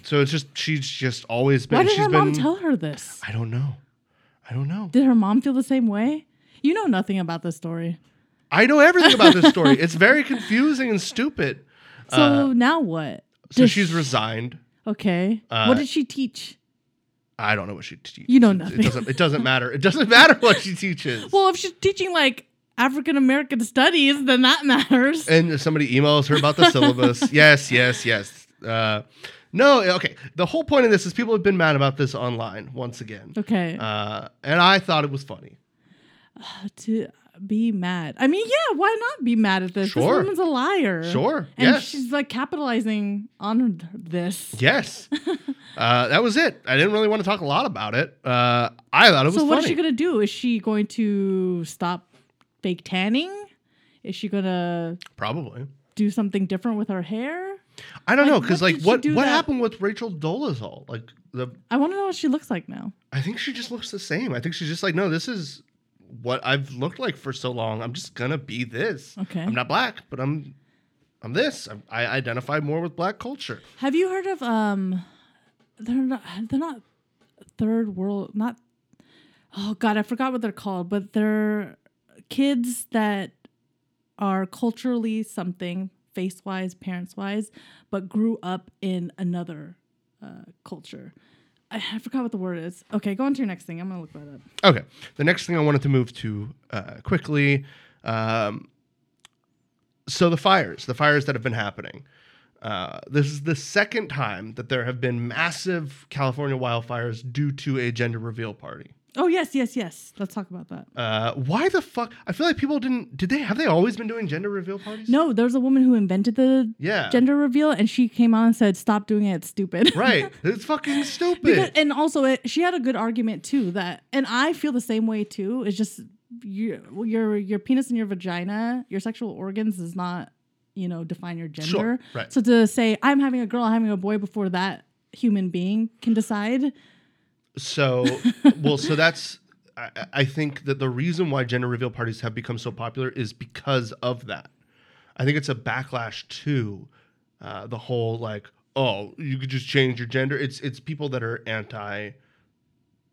So it's just she's just always been.
Why did
she's
her
been,
mom tell her this?
I don't know. I don't know.
Did her mom feel the same way? You know nothing about this story.
I know everything about this story. It's very confusing and stupid.
So now what?
Uh, So
Does-
she's resigned.
okay.
uh,
what did she teach?
I don't know what she teaches.
You know
It-
nothing.
It doesn't, it doesn't matter. It doesn't matter what she teaches.
Well, if she's teaching like African American studies, then that matters.
and if somebody emails her about the syllabus. Yes, yes, yes. Uh, no, okay. The whole point of this is people have been mad about this online once again.
okay.
Uh, and I thought it was funny.
to be mad. I mean, yeah, why not be mad at this?
Sure.
This woman's a liar.
Sure,
And
yes.
she's like capitalizing on this.
Yes. uh, that was it. I didn't really want to talk a lot about it. Uh, I thought it was
So what is
funny.
she gonna do? Is she going to stop fake tanning? Is she gonna
Probably.
do something different with her hair?
I don't
Like,
know because
what
like
did she
what
do
what
that-
happened with Rachel Dolezal? Like the
I want to know what she looks like now.
I think she just looks the same. I think she's just like no, this is what I've looked like for so long. I'm just gonna be this.
Okay.
I'm not black, but I'm I'm this. I'm, I identify more with black culture.
Have you heard of um? They're not. They're not third world. Not. Oh God, I forgot what they're called, but they're kids that are culturally something, face wise, parents wise, but grew up in another uh, culture. I, I forgot what the word is. Okay, go on to your next thing. I'm gonna look that up.
Okay. The next thing I wanted to move to uh, quickly. Um, so the fires, the fires that have been happening. Uh, this is the second time that there have been massive California wildfires due to a gender reveal party.
Oh yes, yes, yes. Let's talk about that.
Uh, why the fuck? I feel like people didn't. Did they have they always been doing gender reveal parties?
No, there's a woman who invented the
Yeah.
gender reveal, and she came on and said, "Stop doing it. It's stupid."
Right. It's fucking stupid.
Because, and also, it, she had a good argument too. That, and I feel the same way too. It's just your your your penis and your vagina, your sexual organs, does not you know define your gender.
Sure, right.
So to say I'm having a girl, I'm having a boy before that human being can decide.
So, well, so that's. I, I- I think that the reason why gender reveal parties have become so popular is because of that. I think it's a backlash to uh, the whole like, oh, you could just change your gender. It's it's people that are anti.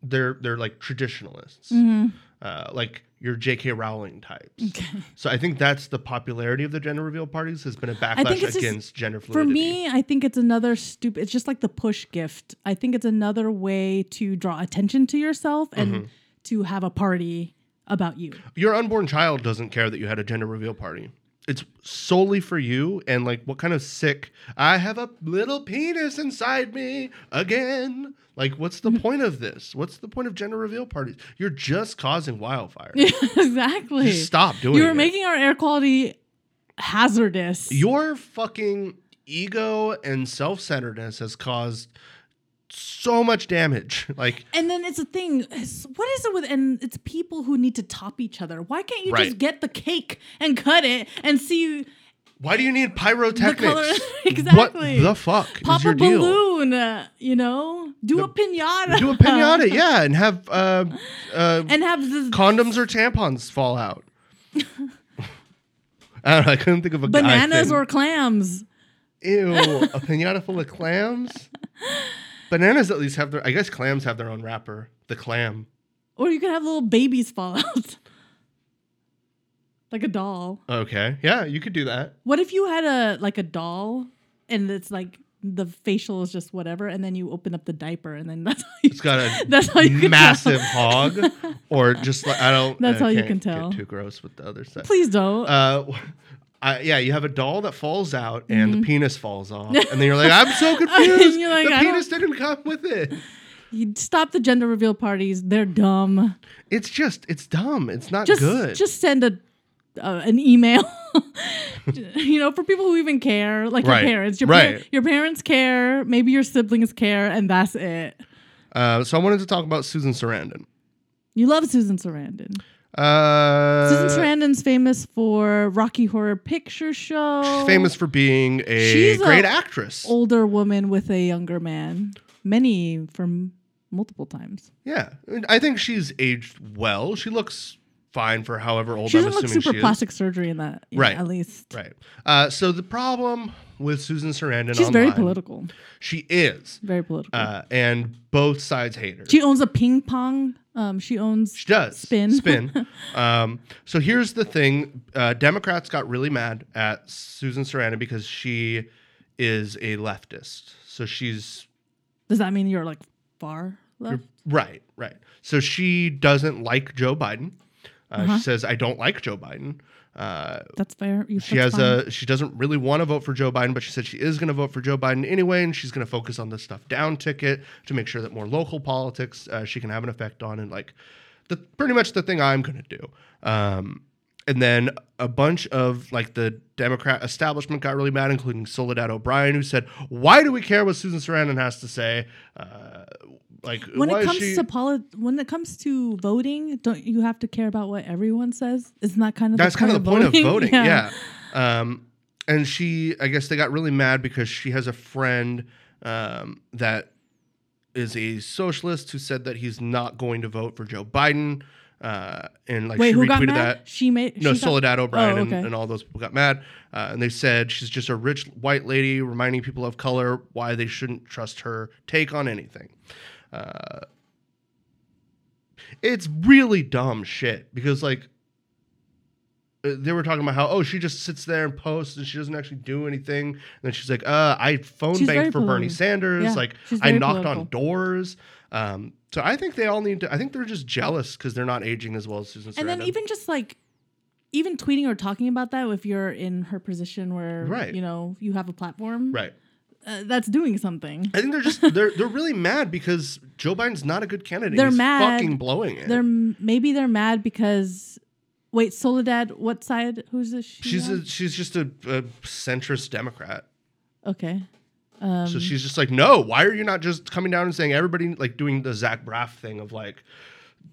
They're they're like traditionalists,
Mm-hmm.
uh, like your J.K. Rowling types. So I think that's the popularity of the gender reveal parties has been a backlash
think it's just-
against gender
For
fluidity.
me, I think it's another stupid. It's just like the push gift. I think it's another way to draw attention to yourself and
Mm-hmm.
to have a party about you.
your unborn child doesn't care that you had a gender reveal party. It's solely for you and like what kind of sick I have a little penis inside me again. Like what's
Mm-hmm.
the point of this? What's the point of gender reveal parties? You're just causing wildfire.
exactly.
Just stop doing
You were
it.
making our air quality hazardous.
Your fucking ego and self-centeredness has caused so much damage. Like
and then it's a thing. it's- What is it with? And it's people who need to top each other. Why can't you
Right.
just get the cake and cut it and see
why do you need pyrotechnics?
Exactly.
What the fuck
pop
is your
a
deal?
balloon? uh, You know, do a pinata.
Do a pinata, yeah, and have uh, uh,
and have the
condoms or tampons fall out. I don't know. I couldn't think of a guy
bananas
thing.
or clams.
ew a pinata full of clams. Bananas at least have their. I guess clams have their own wrapper. The clam.
Or you could have little babies fall out. like a doll.
Okay, yeah, you could do that.
What if you had a like a doll and it's like the facial is just whatever and then you open up the diaper and then that's how you
It's got a
That's how you can tell.
massive hog, or just like I don't.
That's
I
how you
can't
can tell.
Get too gross with the other side.
Please don't.
Uh, I, yeah, you have a doll that falls out and the penis falls off, and then you're like, "I'm so confused.
Mm-hmm. you're like,
the
I don't-
penis didn't come with it."
you stop the gender reveal parties. They're dumb.
It's just, it's dumb. It's not
Just
good.
just send a uh, an email. you know, for people who even care, like
Right.
your parents. Your, par-
Right.
your parents care, maybe your siblings care, and that's it.
Uh, so I wanted to talk about Susan Sarandon.
You love Susan Sarandon.
Uh,
Susan Sarandon's famous for Rocky Horror Picture Show.
She's famous for being a
She's a
great actress.
older woman with a younger man. Many from multiple times.
Yeah, I mean, I think she's aged well. She looks fine for however old
She
I'm
doesn't look
assuming
super
she is.
plastic surgery in that, you know,
Right.
at least.
Right. Uh, so the problem with Susan Sarandon,
She's
online,
very political.
She is,
Very political.
uh, and both sides hate her.
she owns a ping pong. Um, she owns.
She does.
Spin.
Spin. um, so here's the thing uh, Democrats got really mad at Susan Sarandon because she is a leftist. So she's
Does that mean you're like far left?
right, right. So she doesn't like Joe Biden. Uh, She says, I don't like Joe Biden. Uh,
That's fair. You,
she has a she doesn't really want to vote for Joe Biden, but she said she is going to vote for Joe Biden anyway, and she's going to focus on the stuff down ticket to make sure that more local politics uh, she can have an effect on, and like the pretty much the thing I'm going to do. Um, and then a bunch of like the Democrat establishment got really mad, including Soledad O'Brien, who said, "Why do we care what Susan Sarandon has to say?" Uh, like
When
why
it
is
comes
she-
to poli- when it comes to voting, don't you have to care about what everyone says? Isn't that kind of
that's
the
kind
point
of the point of voting yeah, um and she i guess they got really mad because she has a friend um, that is a socialist who said that he's not going to vote for joe biden uh, and like
Wait,
she
who
retweeted
got mad?
that
She made
no
she got-
soledad o'brien
Oh,
and,
okay.
and all those people got mad uh, and they said she's just a rich white lady reminding people of color why they shouldn't trust her take on anything uh, it's really dumb shit because like uh, they were talking about how oh she just sits there and posts and she doesn't actually do anything and then she's like uh i phone
She's very
banked for bernie
political.
sanders
Yeah,
like
she's
i
very
knocked on
political.
doors um so i think they all need to i think they're just jealous because they're not aging as well as susan
and then
Sarandon.
even just like even tweeting or talking about that if you're in her position where
Right.
you know you have a platform
right
uh, that's doing something
i think they're just they're they're really mad because joe biden's not a good candidate
They're
He's
mad.
fucking blowing it
they're maybe they're mad because wait soledad what side who's this she
she's
on?
a, she's just a, a centrist democrat
okay Um,
So she's just like, no, why are you not just coming down and saying everybody like doing the Zach Braff thing of like,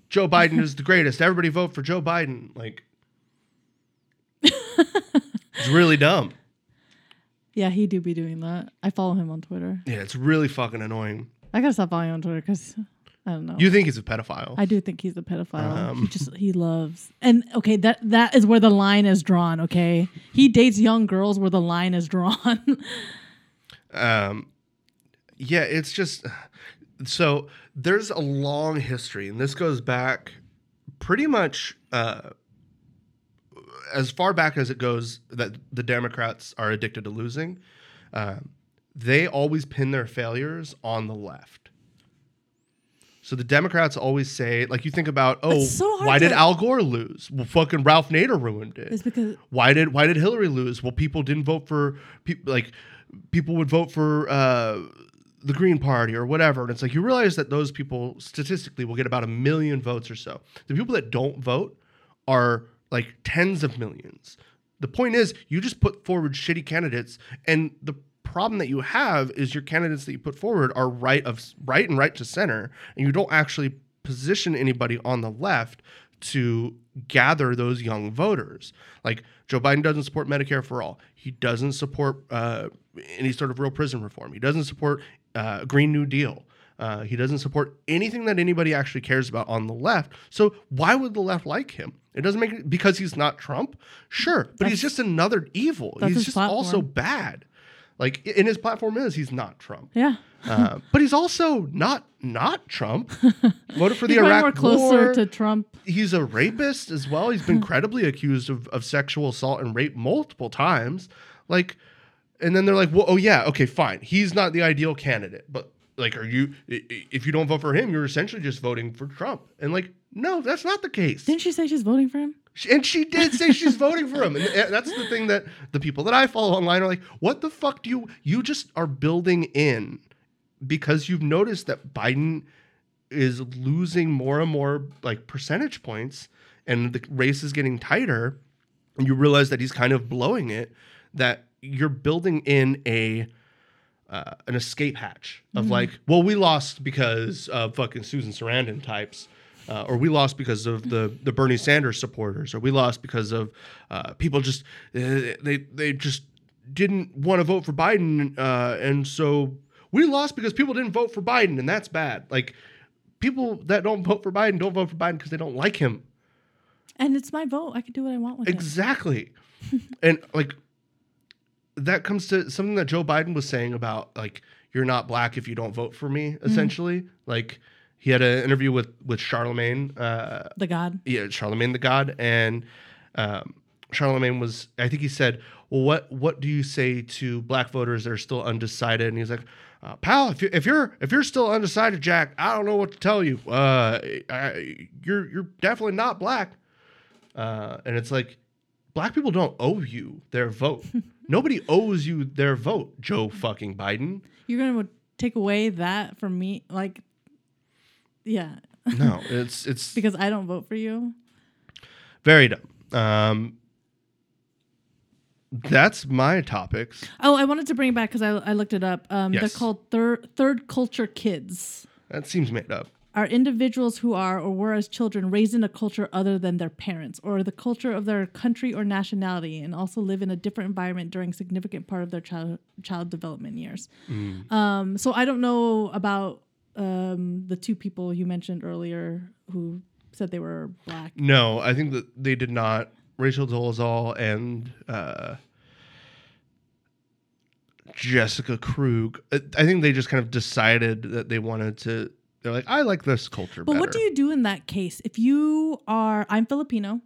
Joe Biden is the greatest. Everybody vote for Joe Biden. Like, it's really dumb.
yeah he do be doing that i follow him on twitter
Yeah, it's really fucking annoying.
i gotta stop following him on twitter because i don't know
You Um. think he's a pedophile?
I do think he's a pedophile. he just he loves and okay that that is where the line is drawn. Okay, he dates young girls where the line is drawn.
um, yeah, it's just so there's a long history, and this goes back pretty much uh, as far back as it goes that the Democrats are addicted to losing. Uh, they always pin their failures on the left. So the Democrats always say, like, you think about, oh,
It's so hard
why did
to-
Al Gore lose? Well, fucking Ralph Nader ruined it.
It's because-
why did why did Hillary lose? Well, people didn't vote for people like people would vote for uh, the Green Party or whatever, and it's like you realize that those people statistically will get about a million votes or so. The people that don't vote are like tens of millions. The point is, you just put forward shitty candidates, and the problem that you have is your candidates that you put forward are right of right and right to center, and you don't actually position anybody on the left to gather those young voters. Like Joe Biden doesn't support Medicare for all. He doesn't support uh, any sort of real prison reform. He doesn't support uh, Green New Deal. Uh, he doesn't support anything that anybody actually cares about on the left. So why would the left like him? It doesn't make it because he's not Trump. Sure, but he's just another evil.
that's
He's
his
just
platform.
also bad. Like i- and his platform is he's not Trump.
yeah,
Uh, but he's also not not Trump. Voted for the
he's probably
Iraq
more closer
War
to Trump.
he's a rapist as well. He's been credibly accused of, of sexual assault and rape multiple times. Like, and then they're like, well, oh yeah, okay, fine. He's not the ideal candidate, but like, are you? i- i- If you don't vote for him, you're essentially just voting for Trump. And like, no, that's not the case.
Didn't she say she's voting for him?
She- and she did say she's voting for him, and th- that's the thing that the people that I follow online are like, what the fuck do you? You just are building in because you've noticed that Biden is losing more and more like percentage points and the race is getting tighter and you realize that he's kind of blowing it that you're building in a uh, an escape hatch of like well we lost because of fucking Susan Sarandon types uh, or we lost because of the the Bernie Sanders supporters or we lost because of uh, people just uh, they they just didn't want to vote for Biden uh, and so we lost because people didn't vote for Biden and that's bad like people that don't vote for Biden don't vote for Biden because they don't like him.
And it's my vote. I can do what I want with it.
Exactly. and like that comes to something that Joe Biden was saying about like you're not black if you don't vote for me, essentially. Like he had an interview with with Charlemagne uh
The God.
yeah, Charlemagne the God, and um, Charlemagne was, I think he said, "Well, what what do you say to black voters that are still undecided?" And he's like, uh, "Pal, if, you, if you're if you're still undecided, Jack, I don't know what to tell you. Uh, I, you're you're definitely not black." Uh, and it's like, black people don't owe you their vote. Nobody owes you their vote, Joe fucking Biden.
You're gonna take away that from me, like, yeah,
No, it's it's
because I don't vote for you.
very dumb. Um, that's my topics.
Oh, I wanted to bring it back because I, I looked it up. Um, They're
Yes.
called third third culture kids.
That seems made up.
are individuals who are or were as children raised in a culture other than their parents or the culture of their country or nationality and also live in a different environment during significant part of their child child development years. Um, so I don't know about um, the two people you mentioned earlier who said they were black.
No, I think that they did not. Rachel Dolezal and uh, Jessica Krug. uh, I think they just kind of decided that they wanted to. They're like, I like this culture
But
better.
what do you do in that case? If you are, I'm Filipino.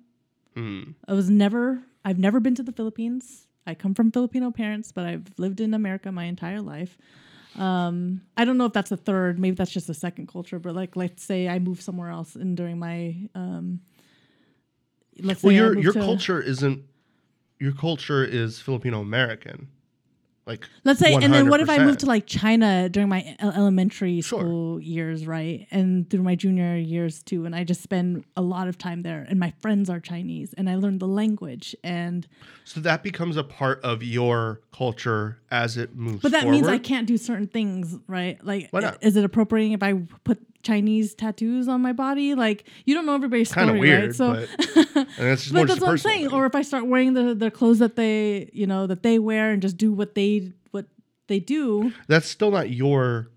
Mm.
I was never, I've never been to the Philippines. I come from Filipino parents, but I've lived in America my entire life. Um, I don't know if that's the third, maybe that's just the second culture, but like, let's say I move somewhere else and during my, um, let's
Well,
say I
your
moved
your
to-
culture isn't. Your culture is Filipino American. Like,
Let's say, and then what if I moved
100%?
to like China during my e- elementary
Sure.
school years, right? And through my junior years too. And I just spend a lot of time there, and my friends are Chinese, and I learned the language. And
So that becomes a part of your culture as it moves.
but that means I
forward?
can't do certain things, right? Like,
Why
i-
not?
is it appropriating if I put Chinese tattoos on my body? Like, you don't know everybody's
Kind of
story,
weird,
right? So,
but and that's
but that's
just more just a
what I'm
personal
saying.
thing.
Or if I start wearing the the clothes that they, you know, that they wear, and just do what they what they do.
that's still not your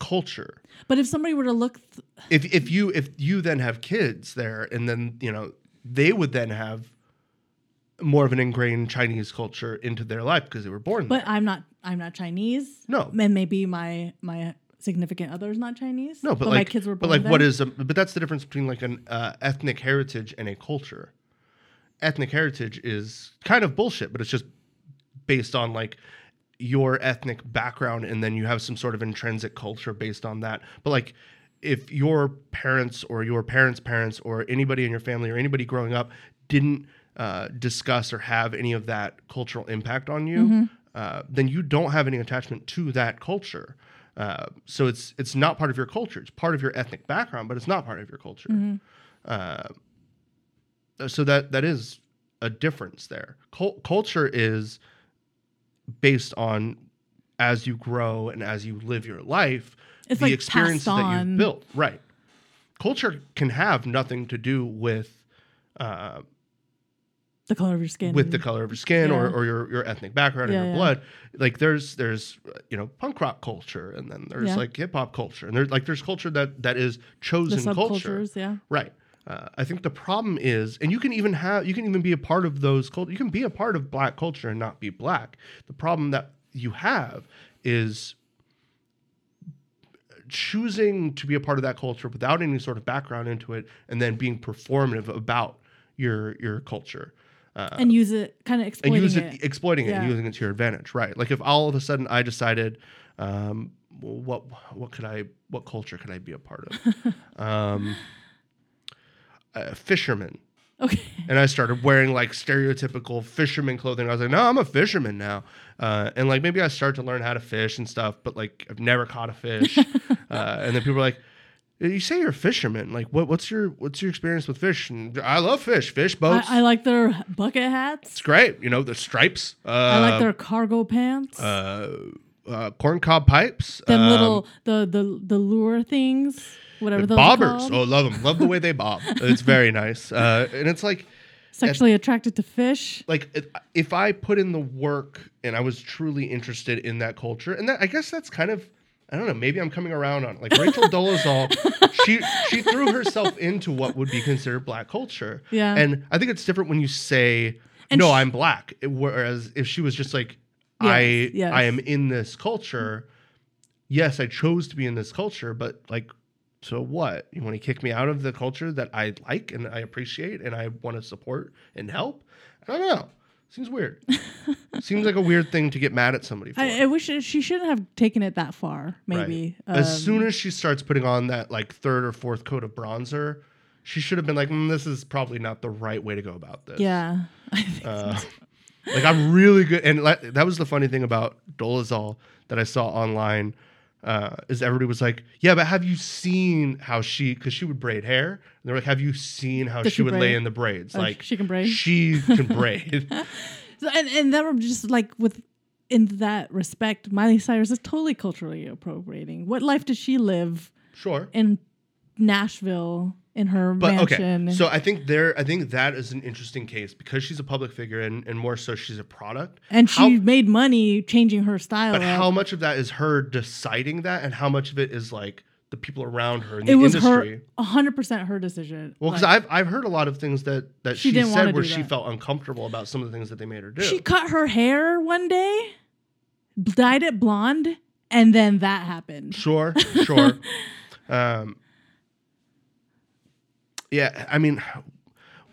culture.
But if somebody were to look. Th-
if if you if you then have kids there and then you know they would then have more of an ingrained Chinese culture into their life because they were born
But
there.
I'm not. I'm not Chinese.
No.
and maybe my my significant other is not Chinese.
No, but,
my
like,
kids were born.
but like,
there.
what is? A, but that's the difference between like an uh, ethnic heritage and a culture. Ethnic heritage is kind of bullshit, but it's just based on like your ethnic background, and then you have some sort of intrinsic culture based on that. But like, if your parents or your parents' parents or anybody in your family or anybody growing up didn't uh, discuss or have any of that cultural impact on you, uh, then you don't have any attachment to that culture. Uh, so it's it's not part of your culture. It's part of your ethnic background, but it's not part of your culture. Uh, so that that is a difference there. Cul- culture is based on as you grow and as you live your life,
It's,
the
like,
experiences
passed
that
on.
you've built. Right. Culture can have nothing to do with uh,
the color of your skin?
with the color of your skin or,
Yeah.
or your, your ethnic background
Yeah,
or your
yeah.
blood. Like there's there's uh, you know punk rock culture and then there's
Yeah.
like hip hop culture and there's like there's culture that that is
the
chosen culture.
subcultures. Yeah.
Right. Uh, I think the problem is, and you can even have, you can even be a part of those culture. You can be a part of black culture and not be black. The problem that you have is choosing to be a part of that culture without any sort of background into it, and then being performative about your your culture
and use it, kind of
Uh, and
exploiting
use
it.
it, exploiting it and
Yeah.
using it to your advantage. Right. Like if all of a sudden I decided, um, what what could I what culture could I be a part of? um, a fisherman.
okay.
And I started wearing like stereotypical fisherman clothing. I was like, no, I'm a fisherman now. Uh, and like maybe I start to learn how to fish and stuff, but like I've never caught a fish. uh, and then people are like, you say you're a fisherman. Like what, what's your what's your experience with fish? And I love fish, fish
I,
boats.
I like their bucket hats.
it's great. You know, the stripes. Uh,
I like their cargo pants.
uh, uh, corncob pipes.
them
um,
little the the the lure things. Whatever
the
those are
bobbers.
called.
Oh, love them. Love the way they bob. It's very nice. Uh, and it's like,
Sexually attracted to fish.
like if- if I put in the work and I was truly interested in that culture, and that, I guess that's kind of. I don't know. Maybe I'm coming around on it. like Rachel Dolezal. she she threw herself into what would be considered black culture.
Yeah.
and I think it's different when you say,
And
"No,
sh-
I'm black." It- Whereas if she was just like, "I
Yes, yes.
I am in this culture," yes, I chose to be in this culture, but like, so what? You want to kick me out of the culture that I like and I appreciate and I want to support and help? I don't know. Seems weird. Seems like a weird thing to get mad at somebody for.
I, I wish it- she shouldn't have taken it that far.
right?
Maybe
as
Um,
soon as she starts putting on that like third or fourth coat of bronzer, she should have been like, mm, "This is probably not the right way to go about this."
Yeah. I think
Uh, like I'm really good, and like, that was the funny thing about Dolezal that I saw online uh, is everybody was like, "Yeah, but have you seen how she? Because she would braid hair." And they're like, "Have you seen how
Does
she,
she
would lay
braid?
in the braids?
Oh,
like
she can braid?
She can braid.
So, and and that were just like with in that respect, Miley Cyrus is totally culturally appropriating. What life did she live
sure,
in Nashville in her
But
mansion.
okay, so I think there, I think that is an interesting case because she's a public figure, and, and more so, she's a product.
and
How-
she made money changing her style.
but
up.
how much of that is her deciding that, and how much of it is like the people around her in
it
the
was
industry?
her a hundred percent her decision.
Well, because
Like,
I've I've heard a lot of things that that
She
she,
didn't wanna
said where
do
she
that.
felt uncomfortable about some of the things that they made her do.
she cut her hair one day, dyed it blonde, and then that happened.
sure, sure. um, yeah, I mean,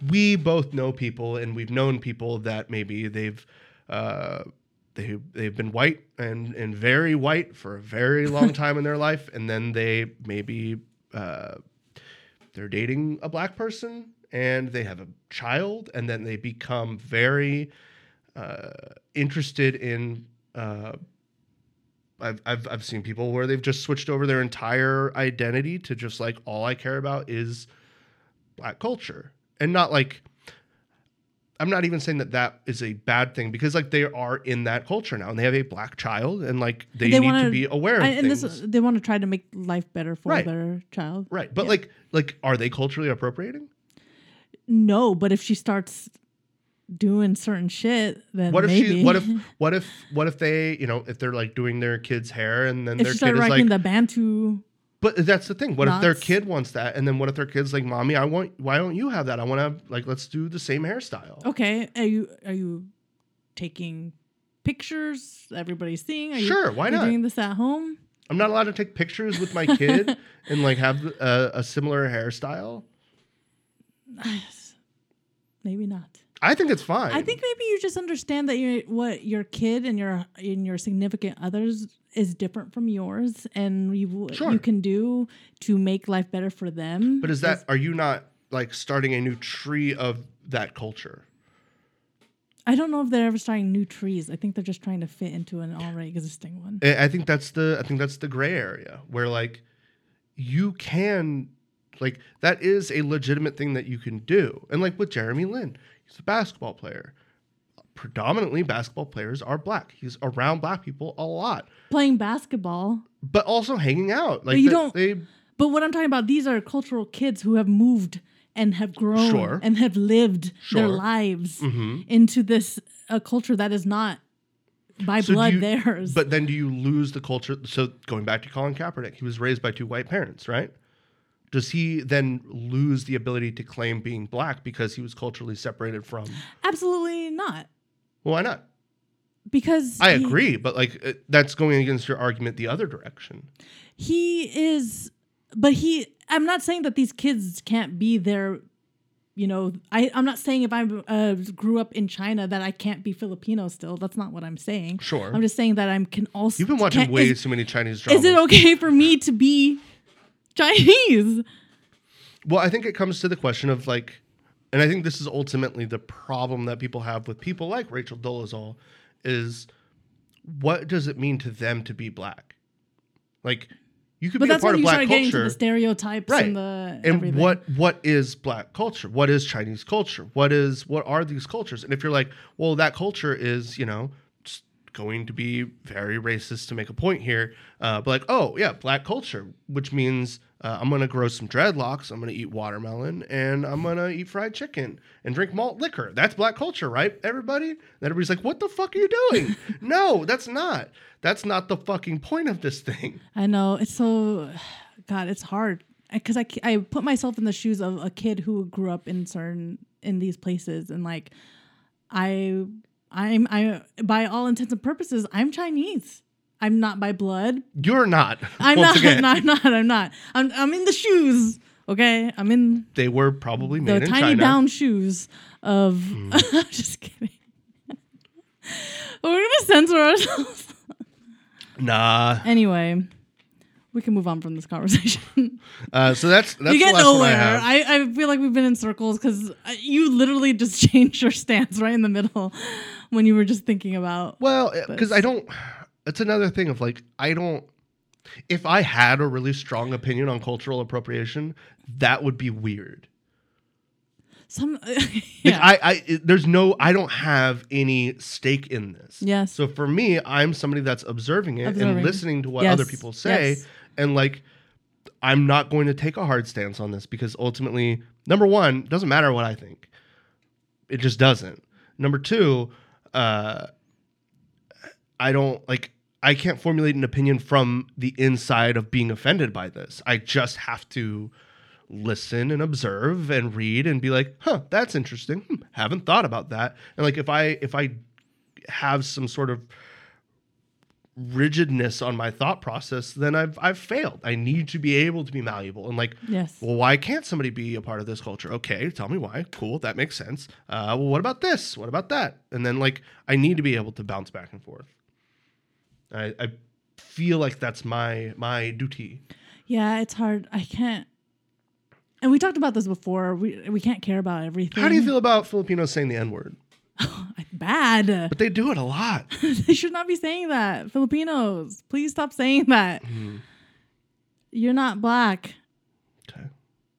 we both know people, and we've known people that maybe they've. Uh, they, they've been white and, and very white for a very long time in their life and then they maybe uh, they're dating a black person and they have a child and then they become very uh, interested in uh, I've, I've, I've seen people where they've just switched over their entire identity to just like all i care about is black culture and not like i'm not even saying that that is a bad thing because like they are in that culture now and they have a black child and like they, need
wanna-
to be aware of
I- and
things
this they want to try to make life better for
Right.
their child.
right but
Yeah.
like like are they culturally appropriating
No, but if she starts doing certain shit, then
What if
maybe.
she? What if? What if? What if they? You know, if they're like doing their kid's hair, and then
if
their
she
kid
started
is
rocking the
like.
Bantu?
but that's the thing. What if their
knots?
kid wants that, and then what if their kid's like, "Mommy, I want. Why don't you have that? I want to like let's do the same hairstyle."
Okay, are you are you taking pictures? Everybody's seeing. Are you-
Sure, why
you
not?
doing this at home?
I'm not allowed to take pictures with my kid and like have a, a similar hairstyle.
Maybe not.
I think it's fine.
I think maybe you just understand that you what your kid and your and your significant others is different from yours, and you what
Sure.
you can do to make life better for them.
But is that? Are you not like starting a new tree of that culture?
I don't know if they're ever starting new trees. I think they're just trying to fit into an already existing one.
I I think that's the I think that's the gray area where like you can like that is a legitimate thing that you can do. And like with Jeremy Lin, he's a basketball player. Predominantly basketball players are black. He's around black people a lot,
Playing basketball,
but also hanging out. Like
you
that-
don't-
they
but what I'm talking about, these are cultural kids who have moved and have grown
Sure.
and have lived their
Sure.
lives
Mhm.
into this a culture that is not by
So do
blood
you-
theirs.
But then do you lose the culture? So going back to Colin Kaepernick, he was raised by two white parents, right? Does he then lose the ability to claim being black because he was culturally separated from?
Absolutely not,
Well, why not?
because
I
he-
agree, but like uh, that's going against your argument the other direction.
he is but he i'm not saying that these kids can't be their you know I, i'm not saying if i uh, grew up in china that i can't be filipino still that's not what i'm saying
Sure.
i'm just saying that i am can also
You've been watching
can-
way
is,
too many Chinese dramas.
is it okay for me to be chinese
Well, I think it comes to the question of like, and I think this is ultimately the problem that people have with people like Rachel Dolezal is what does it mean to them to be black? Like, you could
but
be a
that's when
part of
you
black
start getting into
culture.
the stereotypes
right
and the
and
everything.
what what is black culture what is chinese culture what is what are these cultures and if you're like well that culture is you know just going to be very racist to make a point here uh, but like oh yeah black culture which means uh, i'm gonna grow some dreadlocks i'm gonna eat watermelon and i'm gonna eat fried chicken and drink malt liquor that's black culture right everybody and everybody's like what the fuck are you doing no that's not that's not the fucking point of this thing
I know it's so, God, it's hard because I, c- I put myself in the shoes of a kid who grew up in certain in these places and like I I'm I by all intents and purposes I'm Chinese. I'm not by blood.
you're not
I'm
once
not,
again.
I'm not. I'm not. I'm I'm in the shoes. Okay, I'm in
they were probably
the
made in
tiny
China. Hmm.
down shoes of. I'm just kidding. We're gonna censor ourselves.
Nah.
anyway, we can move on from this conversation.
Uh, so that's that's
you
the
get
last one I
nowhere.
have.
I, I, feel like we've been in circles because you literally just changed your stance right in the middle when you were just thinking about.
well, because I don't. It's another thing of like I don't. If I had a really strong opinion on cultural appropriation, that would be weird.
Some,
Like
yeah.
I, I, it- there's no, I don't have any stake in this.
Yes.
So for me, I'm somebody that's observing it
Observing.
and listening to what
Yes,
other people say,
yes.
and like, I'm not going to take a hard stance on this because ultimately, number one, it doesn't matter what I think. It just doesn't. Number two, uh, I don't like. I can't formulate an opinion from the inside of being offended by this. I just have to listen and observe and read and be like, "Huh, that's interesting. Hmm, haven't thought about that." And like, if I if I have some sort of rigidness on my thought process, then I've I've failed. I need to be able to be malleable and like,
Yes.
well, why can't somebody be a part of this culture? Okay, tell me why. Cool, that makes sense. Uh, well, what about this? What about that? And then like, I need to be able to bounce back and forth. I, I feel like that's my my duty.
Yeah, it's hard. I can't. And we talked about this before. We we can't care about everything.
How do you feel about Filipinos saying the N word?
Bad.
But they do it a lot.
they should not be saying that. Filipinos, please stop saying that.
Mm-hmm.
You're not black.
Okay,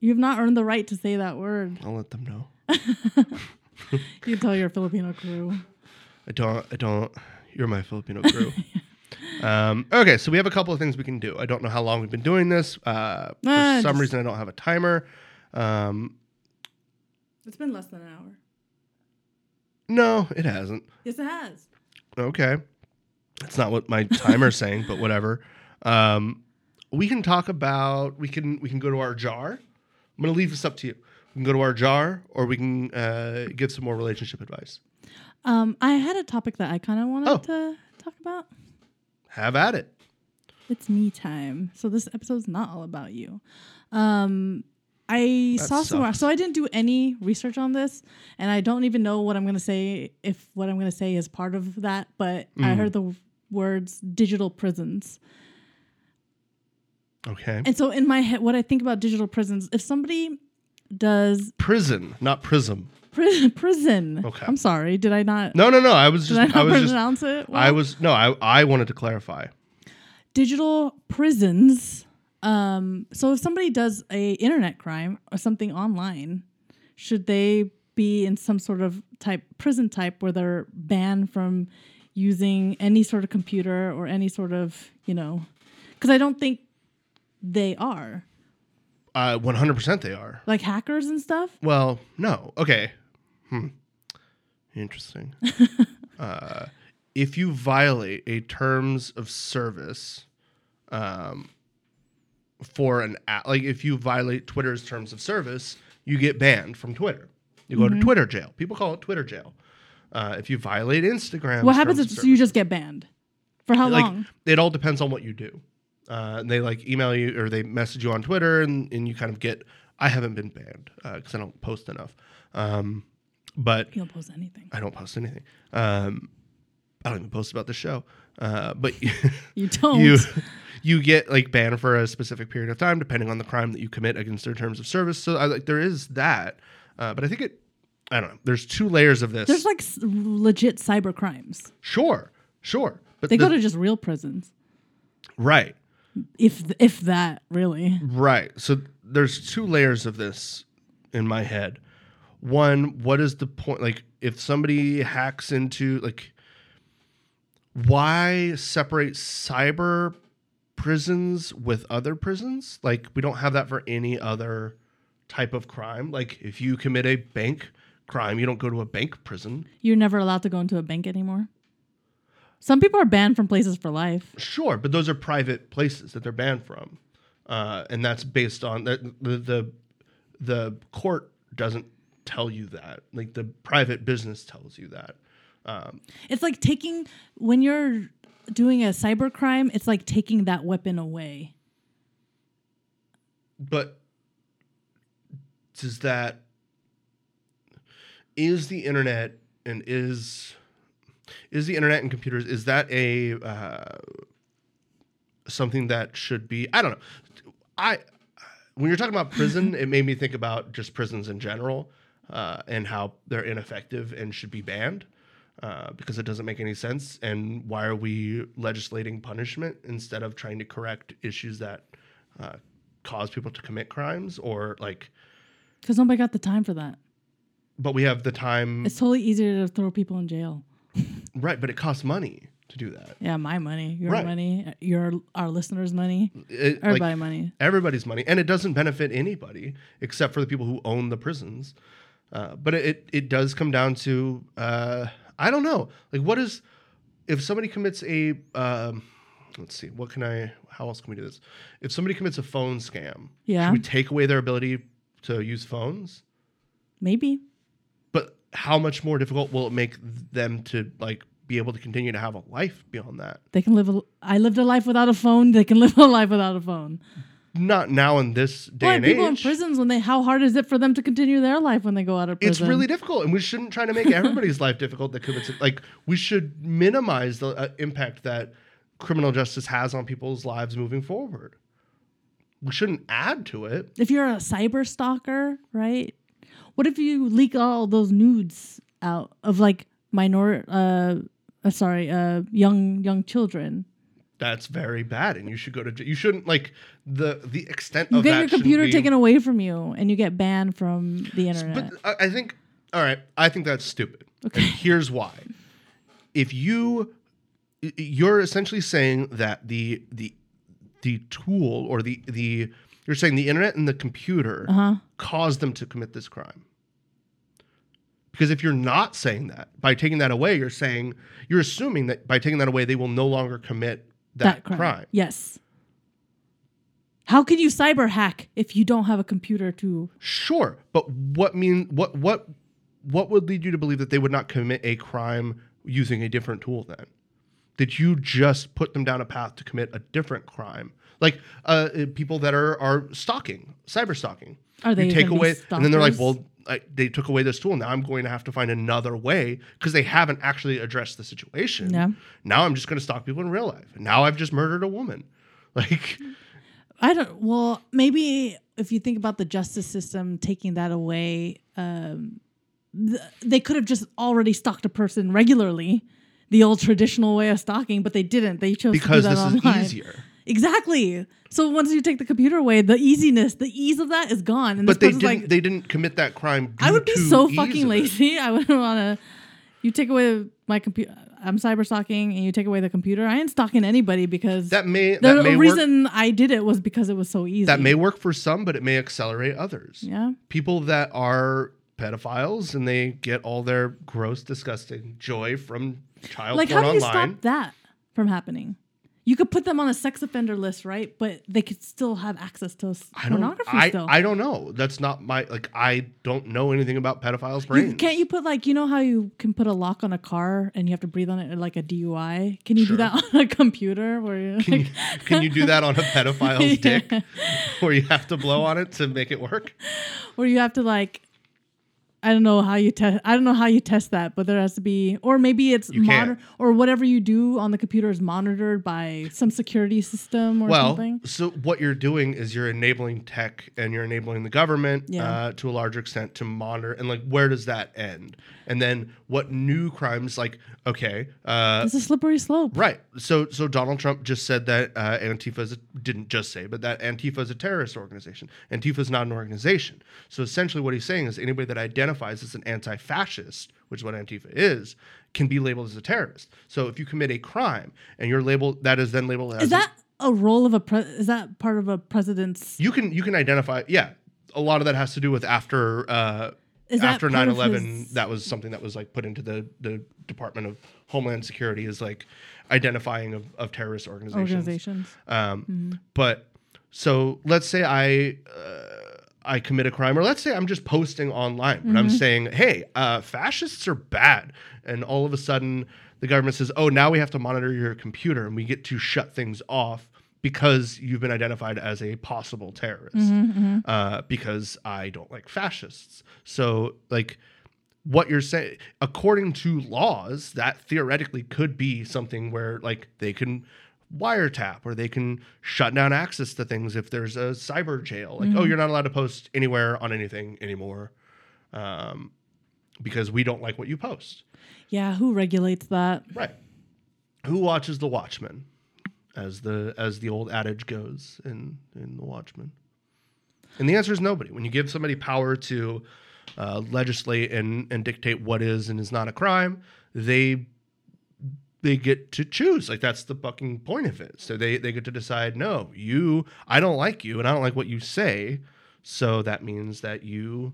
You have not earned the right to say that word.
I'll let them know.
You tell your Filipino crew.
I don't. I don't. You're my Filipino crew. um, okay, so we have a couple of things we can do. I don't know how long we've been doing this. Uh, for
Ah,
some
just-
reason, I don't have a timer. Um,
It's been less than an hour.
no, it hasn't.
Yes, it has.
Okay, that's not what my timer's saying, but whatever. Um, we can talk about. We can. We can go to our jar. I'm gonna leave this up to you. We can go to our jar, or we can uh, give some more relationship advice.
Um, I had a topic that I kind of wanted
Oh.
to talk about.
Have at it.
It's me time. So this episode's not all about you. Um, I
That
saw somewhere,
sucks.
so I didn't do any research on this, and I don't even know what I'm gonna say if what I'm gonna say is part of that. But
Mm.
I heard the w- words digital prisons,
Okay.
and so in my head, what I think about digital prisons, if somebody does
prison, not prism.
pri- prison,
Okay.
I'm sorry, did I not?
No, no, no. I was
Did
just.
I not
I was just.
pronounce it?
I
well?
was no, I I wanted to clarify.
digital prisons. Um, so if somebody does a internet crime or something online, should they be in some sort of type prison type where they're banned from using any sort of computer or any sort of you know? Because I don't think they are
Uh, 100% they are.
like hackers and stuff.
Well, no. Okay. Hmm. Interesting. uh, if you violate a terms of service, um, for an app, like if you violate Twitter's terms of service, you get banned from Twitter. You go to
Mm-hmm.
Twitter jail. People call it Twitter jail. Uh, if you violate Instagram,
What happens if you just get banned? For how
like
long?
it all depends on what you do. Uh, they like email you or they message you on Twitter, and, and you kind of get. I haven't been banned because I don't post enough, um, but
You don't post anything.
I don't post anything. Um, I don't even post about the show, uh, but
You don't.
you you get like banned for a specific period of time depending on the crime that you commit against their terms of service. So I like there is that, uh, but I think it. I don't know. There's two layers of this.
There's like s- legit cyber crimes.
sure, sure, but
They
the-
go to just real prisons.
right.
if if that really
Right. So there's two layers of this in my head. One, what is the point? Like, if somebody hacks into, like, why separate cyber prisons with other prisons? Like, we don't have that for any other type of crime. Like, if you commit a bank crime, you don't go to a bank prison.
you're never allowed to go into a bank anymore some people are banned from places for life
Sure, but those are private places that they're banned from, uh, and that's based on the, the the the court doesn't tell you that. Like the private business tells you that.
it's like taking when you're doing a cyber crime it's like taking that weapon away
But does that is the internet and is is the internet and computers is that a uh, something that should be I don't know I when you're talking about prison it made me think about just prisons in general uh, and how they're ineffective and should be banned uh, because it doesn't make any sense and why are we legislating punishment instead of trying to correct issues that uh, cause people to commit crimes or like
because nobody got the time for that
but we have the time
it's totally easier to throw people in jail
Right, but it costs money to to do that.
Yeah, my money, your
Right.
money, uh, your our listeners' money,
It- like,
everybody money.
everybody's money, and it doesn't benefit anybody except for the people who own the prisons. Uh, but it it does come down to uh, I don't know, like what is if somebody commits a um, let's see, what can I? How else can we do this? If somebody commits a phone scam,
Yeah.
should we take away their ability to use phones?
Maybe.
But how much more difficult will it make them to like be able to continue to have a life beyond that?
They can live a, I lived a life without a phone, they can live a life without a phone.
Not now in this day
Boy,
and
people
age.
in prisons when they how hard is it for them to continue their life when they go out of prison?
it's really difficult and we shouldn't try to make everybody's life difficult that commits like we should minimize the uh, impact that criminal justice has on people's lives moving forward we shouldn't add to it
if you're a cyber stalker, right? What if you leak all those nudes out of like minor uh, uh sorry, uh young young children?
that's very bad and you should go to j- you shouldn't like the the extent
You
of
get
that
your
shouldn't
computer
be-
taken away from you and you get banned from the internet.
but uh, I, I think all right i think that's stupid okay here's why if you y- you're essentially saying that the the the tool or the the you're saying the internet and the computer caused them to commit this crime because if you're not saying that by taking that away you're saying you're assuming that by taking that away they will no longer commit that, crime.
Yes. How can you cyber hack if you don't have a computer to
sure but what mean what what what would lead you to believe that they would not commit a crime using a different tool then did you just put them down a path to commit a different crime like uh, uh, people that are are stalking cyber stalking
Are they
you take
gonna be
away and then they're like
stalkers?
well I, they took away this tool now i'm going to have to find another way because they haven't actually addressed the situation
Yeah.
now i'm just going to stalk people in real life now i've just murdered a woman like
I don't. Well, maybe if you think about the justice system taking that away, um, th- they could have just already stalked a person regularly, the old traditional way of stalking, but they didn't. They chose
because
to do
this
that
is
online.
easier
Exactly. So once you take the computer away, the easiness, the ease of that is gone. And
but they
this
didn't
person's like,
they didn't commit that crime
I
due
would be
to
so
ease
fucking
of it.
lazy. I wouldn't want to. You take away my computer. I'm cyber stalking, and you take away the computer. I ain't stalking anybody because
that may
the
that may work
reason I did it was because it was so easy.
that may work for some but it may accelerate others
Yeah.
people that are pedophiles and they get all their gross disgusting joy from child
like how
porn
do you
online
stop that from happening you could put them on a sex offender list right but they could still have access to s-
I don't,
pornography
I,
still
I don't know. That's not my like. I don't know anything about pedophiles' brains.
you, can't you put like you know how you can put a lock on a car and you have to breathe on it or like a dui can you do
Sure.
that on a computer where you
Can you, can you do that on a pedophile's
Yeah.
dick, where you have to blow on it to make it work?
where you have to like I don't know how you test. I don't know how you test that, but there has to be, or maybe it's
You can't.
monitor, or whatever you do on the computer is monitored by some security system or
well,
something.
so what you're doing is you're enabling tech and you're enabling the government
Yeah.
uh, to a larger extent to monitor. And like, where does that end? And then what new crimes? Like, okay, uh,
It's a slippery slope.
right. So so Donald Trump just said that uh, Antifa is a, didn't just say, but that Antifa is a terrorist organization. Antifa is not an organization. So essentially, what he's saying is anybody that identifies as an anti-fascist, which is what Antifa is. Can be labeled as a terrorist. So if you commit a crime and you're labeled, that is then labeled as
Is
a-
that a role of a pre- is that part of a president's
you can you can identify yeah a lot of that has to do with after uh
Is that
after
part of
9-11
his-
that was something that was like put into the the department of homeland security is like identifying of, of terrorist organizations
organizations?
um but so let's say i uh, i commit a crime or let's say i'm just posting online but i'm saying hey uh fascists are bad and all of a sudden the government says oh now we have to monitor your computer and we get to shut things off because you've been identified as a possible terrorist uh, because i don't like fascists so like what you're saying according to laws that theoretically could be something where like they can wiretap or they can shut down access to things if there's a cyber jail like oh you're not allowed to post anywhere on anything anymore um, because we don't like what you post
Yeah, who regulates that?
right who watches the watchman as the as the old adage goes in in the watchman and the answer is nobody when you give somebody power to uh, legislate and and dictate what is and is not a crime they they get to choose. Like that's the fucking point of it. So they they get to decide. No, you. I don't like you, and I don't like what you say. So that means that you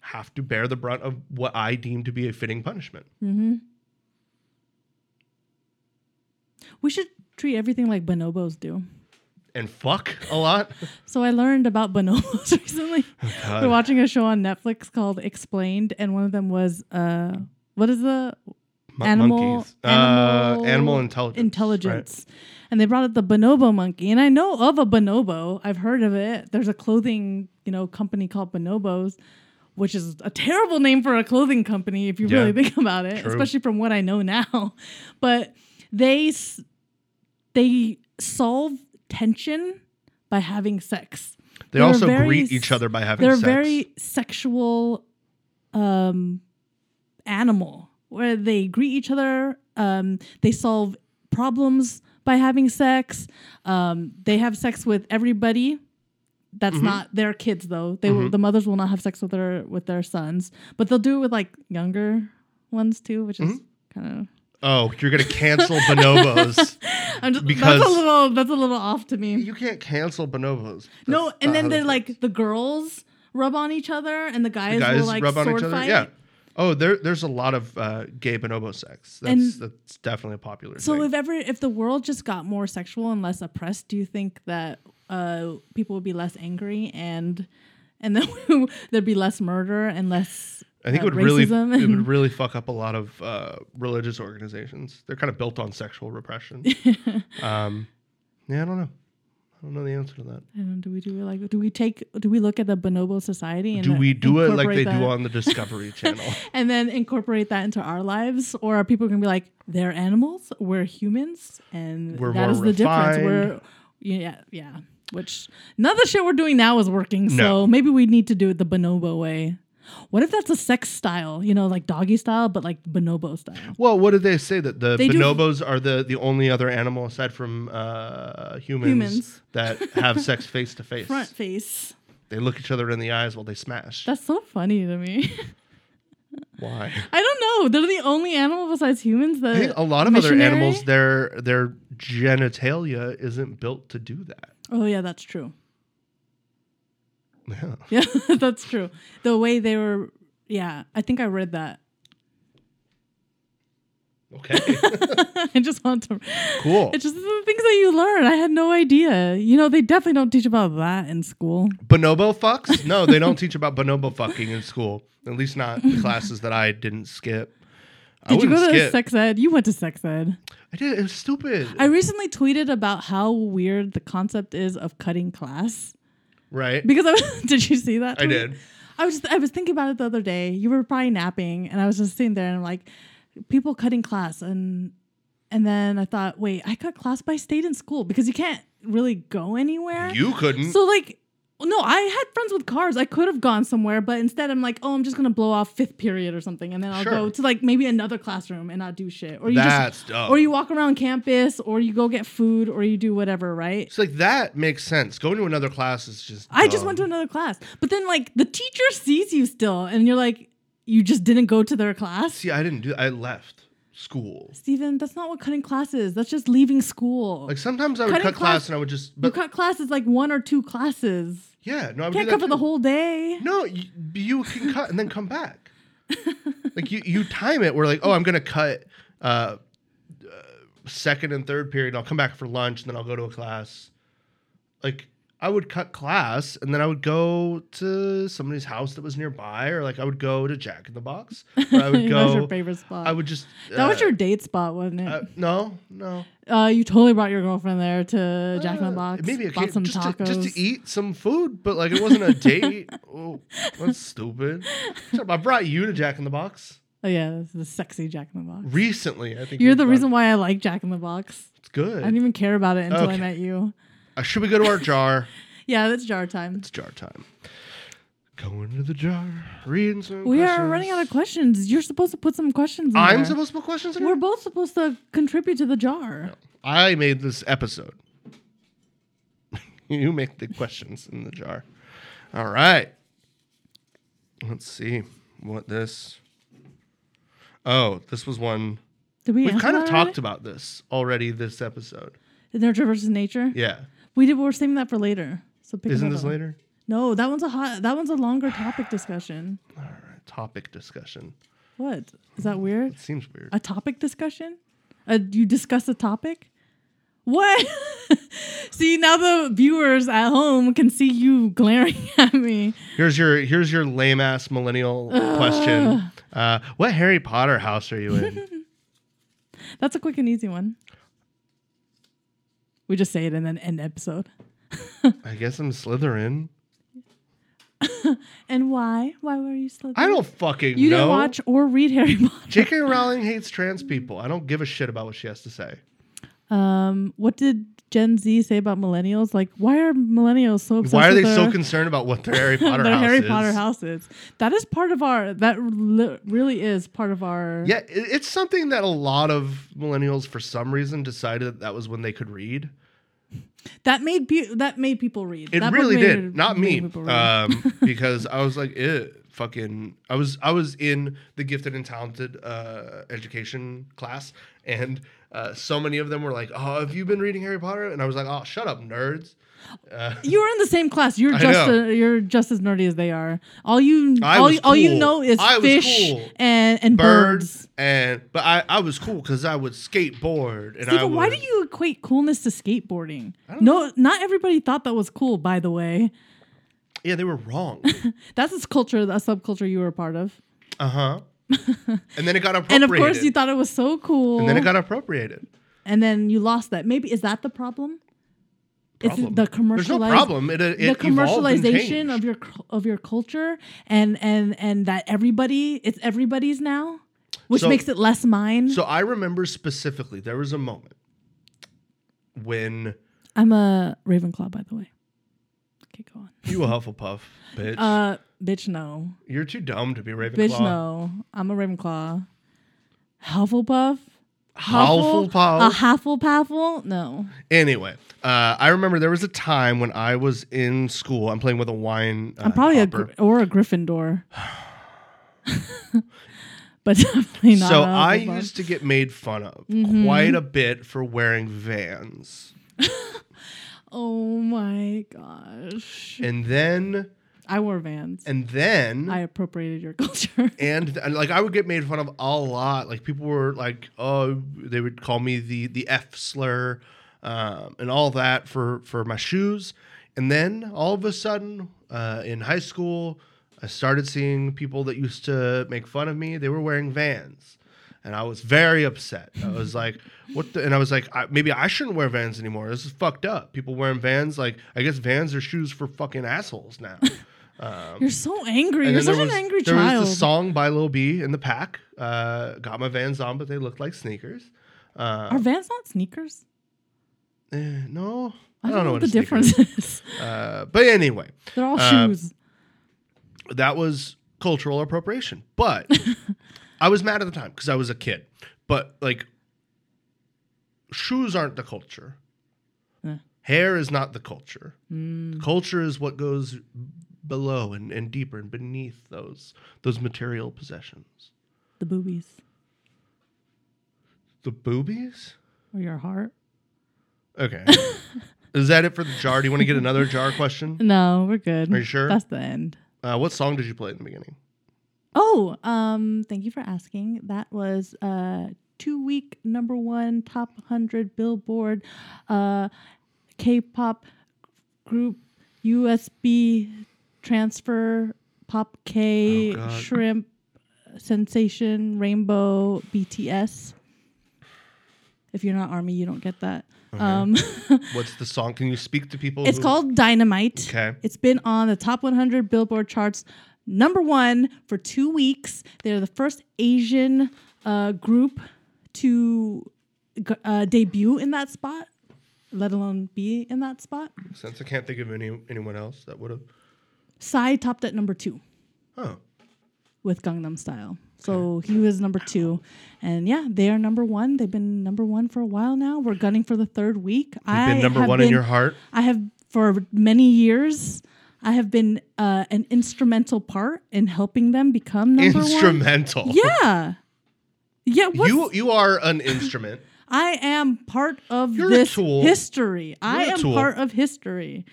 have to bear the brunt of what I deem to be a fitting punishment.
We should treat everything like bonobos do.
And fuck a lot.
So I learned about bonobos recently.
Oh, God.
We're watching a show on Netflix called Explained, and one of them was uh, what is the
Mon-
animal
Uh, animal intelligence. right?
intelligence. And they brought up the bonobo monkey. And I know of a bonobo. I've heard of it. There's a clothing, you know, company called Bonobos, which is a terrible name for a clothing company if you
Yeah.
really think about it,
True.
especially from what I know now. But they s- they solve tension by having sex.
They
They're
also
very
greet
s-
each other by having
They're
sex.
a very sexual um, animal where they greet each other. Um, they solve problems by having sex. Um, they have sex with everybody. That's
Mm-hmm.
not their kids though. They will the mothers will not have sex with their with their sons, but they'll do it with like younger ones too, which is
Mm-hmm.
kind
oh, you're gonna cancel bonobos.
of. I'm just
Because-
that's a little that's a little off to me.
You can't cancel bonobos.
no,
That's
and
not
then
how that
they're
works.
like the girls rub on each other and the guys,
The guys
will like
rub on
sword
each other.
fight.
Yeah. Oh, there, there's a lot of uh, gay bonobo sex. That's
And-
that's definitely a popular.
So
thing.
if ever if the world just got more sexual and less oppressed, do you think that uh, people would be less angry and and then there'd be less murder and less?
I think
uh,
it would really
racism
it would
and-
really fuck up a lot of uh, religious organizations. They're kind of built on sexual repression. um, yeah, I don't know. I don't know the answer to that.
I don't know, do we do we like do we take do we look at the bonobo society and
Do we do it like they
incorporate
do
that-
on the Discovery Channel?
and then incorporate that into our lives or are people gonna be like they're animals we're humans and
We're
that
more
is the difference
refined."
we're yeah yeah which none of the shit we're doing now is working
No.
so maybe we need to do it the bonobo way what if that's a sex style you know like doggy style but like bonobo style
Well, what did they say that the
They do-
bonobos are the the only other animal aside from uh, humans,
Humans.
that have sex face to face?
front face
They look each other in the eyes while they smash.
that's so funny to me
Why?
i don't know they're the only animal besides humans that
I think a lot of other
missionary?
animals their their genitalia isn't built to do that.
oh yeah that's true
Yeah.
Yeah, that's true. The way they were, yeah, I think I read that.
Okay.
I just want to.
cool.
It's just the things that you learn. I had no idea. You know, they definitely don't teach about that in school.
Bonobo fucks? No, they don't teach about bonobo fucking in school. At least not the classes that I didn't skip. I
Did you
wouldn't
go to
skip.
sex ed? You went to sex ed.
I did. It was stupid.
I recently tweeted about how weird the concept is of cutting class.
right?
Because I was, did you see that?
I
tweet?
did.
I was just, I was thinking about it the other day. You were probably napping, and I was just sitting there and I'm like, people cutting class, and and then I thought, wait, I cut class by state in school because you can't really go anywhere.
You couldn't.
so like, no, I had friends with cars. I could have gone somewhere, but instead I'm like, oh, I'm just gonna blow off fifth period or something, and then I'll
Sure.
go to like maybe another classroom and not do shit, or you
That's
just,
dumb.
or you walk around campus, or you go get food, or you do whatever, right?
It's like that makes sense. Going to another class is just.
I just
dumb.
went to another class. But then like the teacher sees you still and you're like, you just didn't go to their class.
See, I didn't do. I left school.
Steven, that's not what cutting class is. That's just leaving school.
Like sometimes I would
Cutting
cut class,
class-
and I would just.
you
But
cut classes like one or two classes.
yeah, no, I would
Can't
do that
cover the
too.
whole day.
No, you, you can cut and then come back. like you, you time it. We're like, oh, I'm gonna cut uh, uh, second and third period. I'll come back for lunch, and then I'll go to a class. Like I would cut class, and then I would go to somebody's house that was nearby, or like I would go to Jack in the Box. Or I
that
would
was
go.
your favorite spot.
I would just.
that was
uh,
your date spot, wasn't it?
uh, no, no.
Uh, you totally brought your girlfriend there to Jack in the
Uh,
Box.
Maybe a
bought
case-
some
just
tacos.
To, just to eat some food, but like it wasn't a date. oh, that's stupid. Shut up, I brought you to Jack in the Box
Oh yeah, this is the sexy Jack in the Box.
recently. I think
You're
we've
the
done-
reason why I like Jack in the Box.
It's good.
I didn't even care about it until I
Okay.
met you.
uh, should we go to our jar?
Yeah, that's jar time.
It's jar time. Going to the jar. Reading some.
We
questions.
are running out of questions. You're supposed to put some questions. In
I'm
there.
supposed to put questions in
We're
here.
both supposed to contribute to the jar.
I made this episode. you make the questions in the jar. All right. Let's see what this. Oh, this was one
Did we?
We've
answer
kind of
that
talked about this already this episode.
already? Nurture versus nature.
Yeah.
We did. We're saving that for later. So pick
Isn't
another
this
one.
later?
No, that one's a hot. That one's a longer topic discussion.
Topic discussion.
What is that weird?
It seems weird.
A topic discussion? Uh, you discuss a topic? What? see now the viewers at home can see you glaring at me.
Here's your here's your lame ass millennial question. Uh, what Harry Potter house are you in?
That's a quick and easy one. We just say it and then end episode.
I guess I'm Slytherin.
And why? Why were you still?
I don't fucking
You
know.
didn't watch or read Harry Potter.
J.K. Rowling hates trans people. I don't give a shit about what she has to say.
Um, what did Gen Z say about millennials? Like, why are millennials so? Obsessed
Why are
with
they so
their-
concerned about what their Harry Potter
their
house
Harry
is?
Potter houses. That is part of our. That li- really is part of our.
Yeah, it, it's something that a lot of millennials, for some reason, decided that, that was when they could read.
That made be- that made people read.
It
That book
really
made-
did, not
made
me,
people read.
um, because I was like, "Ew, fucking." I was I was in the gifted and talented uh, education class, and uh, so many of them were like, "Oh, have you been reading Harry Potter?" And I was like, "Oh, shut up, nerds."
you were in the same class. You're
I
just
know.
a, you're just as nerdy as they are. All you
I
all,
was
you- all you
cool.
know is
I was
fish
cool.
and and birds.
Birds and but I I was cool because I would skateboard and I
Stephen,
would,
why do you equate coolness to skateboarding? No, not everybody thought that was cool. By the way,
yeah they were wrong
that's this culture, a subculture you were a part of,
uh huh and then it got appropriated
and of course you thought it was so cool.
and then it got appropriated
and then you lost that. Maybe is that the problem?
Problem.
It's the
There's no
commercialized
problem. It, it
the commercialization of
of
your cu- of your culture and and and that everybody it's everybody's now, which
So-
makes it less mine.
So I remember specifically there was a moment when
I'm a Ravenclaw, by the way. Okay, go on.
you a Hufflepuff, bitch.
Uh, bitch, no,
You're too dumb to be Ravenclaw.
bitch, no. I'm a Ravenclaw. Hufflepuff. Huffle-
Hufflepuff.
A Hufflepuffle? No.
Anyway, uh, I remember there was a time when I was in school. I'm playing with a wine. Uh,
I'm probably a
hopper.
gr- or a Gryffindor. but definitely not.
so
a
I
Hufflepuff.
used to get made fun of
Mm-hmm.
quite a bit for wearing Vans,
Oh my gosh.
and then
I wore Vans.
and then
I appropriated your culture.
and, and like I would get made fun of a lot. Like people were like, oh, they would call me the the F slur, um, and all that for for my shoes. And then all of a sudden, uh, in high school, I started seeing people that used to make fun of me. They were wearing Vans, and I was very upset. I was like, what? The, and I was like, I, maybe I shouldn't wear Vans anymore. This is fucked up. People wearing Vans, like I guess Vans are shoes for fucking assholes now. Um,
You're so angry.
And
You're
then
such
there
an
was-
angry
there
child.
was the song by Lil B in the pack. Uh, got my Vans on, but they looked like sneakers. Uh,
Are Vans not sneakers?
Eh, no,
I don't, know,
what
what the
a sneaker
difference
is.
is.
Uh, but anyway,
They're all
Uh,
shoes.
that was cultural appropriation. But I was mad at the time because I was a kid. But like, shoes aren't the culture.
Eh.
Hair is not the culture.
Mm,
The culture is what goes below and, and deeper and beneath those those material possessions.
The boobies.
The boobies.
Or your heart.
Okay. Is that it for the jar? Do you want to get another jar question?
No, we're good.
Are you sure?
That's the end.
Uh, what song did you play in the beginning?
Oh, um, thank you for asking. That was uh two week number one top hundred Billboard uh K pop group USB transfer pop K
Oh, God.
shrimp sensation rainbow BTS. If you're not army, you don't get that. Um
What's the song? Can you speak to people?
It's
who-
called Dynamite.
Okay.
It's been on the top 100 Billboard charts, number one for two weeks. They're the first Asian uh, group to g- uh, debut in that spot, let alone be in that spot.
Since I can't think of any anyone else that would have.
Psy topped at number two
Oh,
with Gangnam Style. So he was number two. And yeah, they are number one. They've been number one for a while now. We're gunning for the third week.
you've
I
been number
have
one in
been-
your heart.
I have for many years. I have been uh, an instrumental part in helping them become number one.
Instrumental.
Yeah, Yeah, what
You you are an instrument.
I am part of
You're a
this
tool.
history. I
You're a
am
tool.
part of history.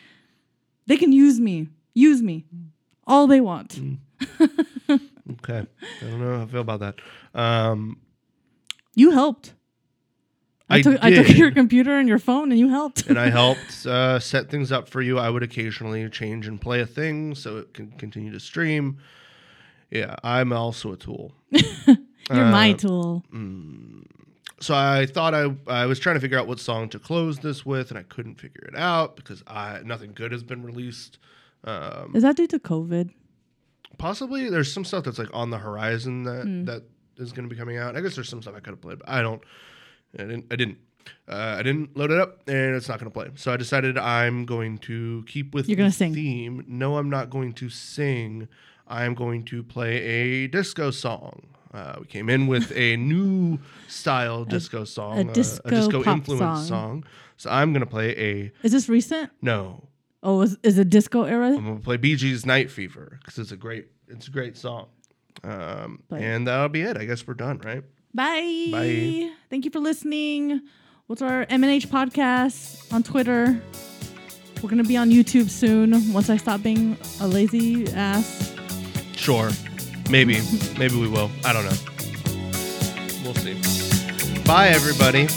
They can use me. Use me. All they want.
Mm. Okay. I don't know how I feel about that. Um,
You helped. I,
I
took I took
did.
your computer and your phone and you helped.
and I helped uh, set things up for you. I would occasionally change and play a thing so it can continue to stream. Yeah, I'm also a tool.
You're my
uh,
tool.
mm. So I thought I I was trying to figure out what song to close this with, and I couldn't figure it out because I nothing good has been released. Um,
Is that due to COVID?
possibly there's some stuff that's like on the horizon that
Hmm.
that is going to be coming out. I guess there's some stuff I could have played, but I don't. I didn't. I didn't. Uh, I didn't load it up, and it's not going to play. So I decided I'm going to keep with
You're gonna
the
sing.
theme. No, I'm not going to sing. I'm going to play a disco song. Uh, we came in with a new style disco song, uh,
disco
disco
pop song.
influence song. So I'm going to play a
Is this recent?
no.
Oh, is, is it disco era?
I'm gonna play Bee Gees Night Fever because it's a great it's a great song. Um,
Play it.
and that'll be it. I guess we're done, right?
Bye.
Bye.
Thank you for listening. What's our MNH podcast on Twitter? We're gonna be on YouTube soon once I stop being a lazy ass.
Sure. Maybe. Maybe we will. I don't know. We'll see. Bye everybody.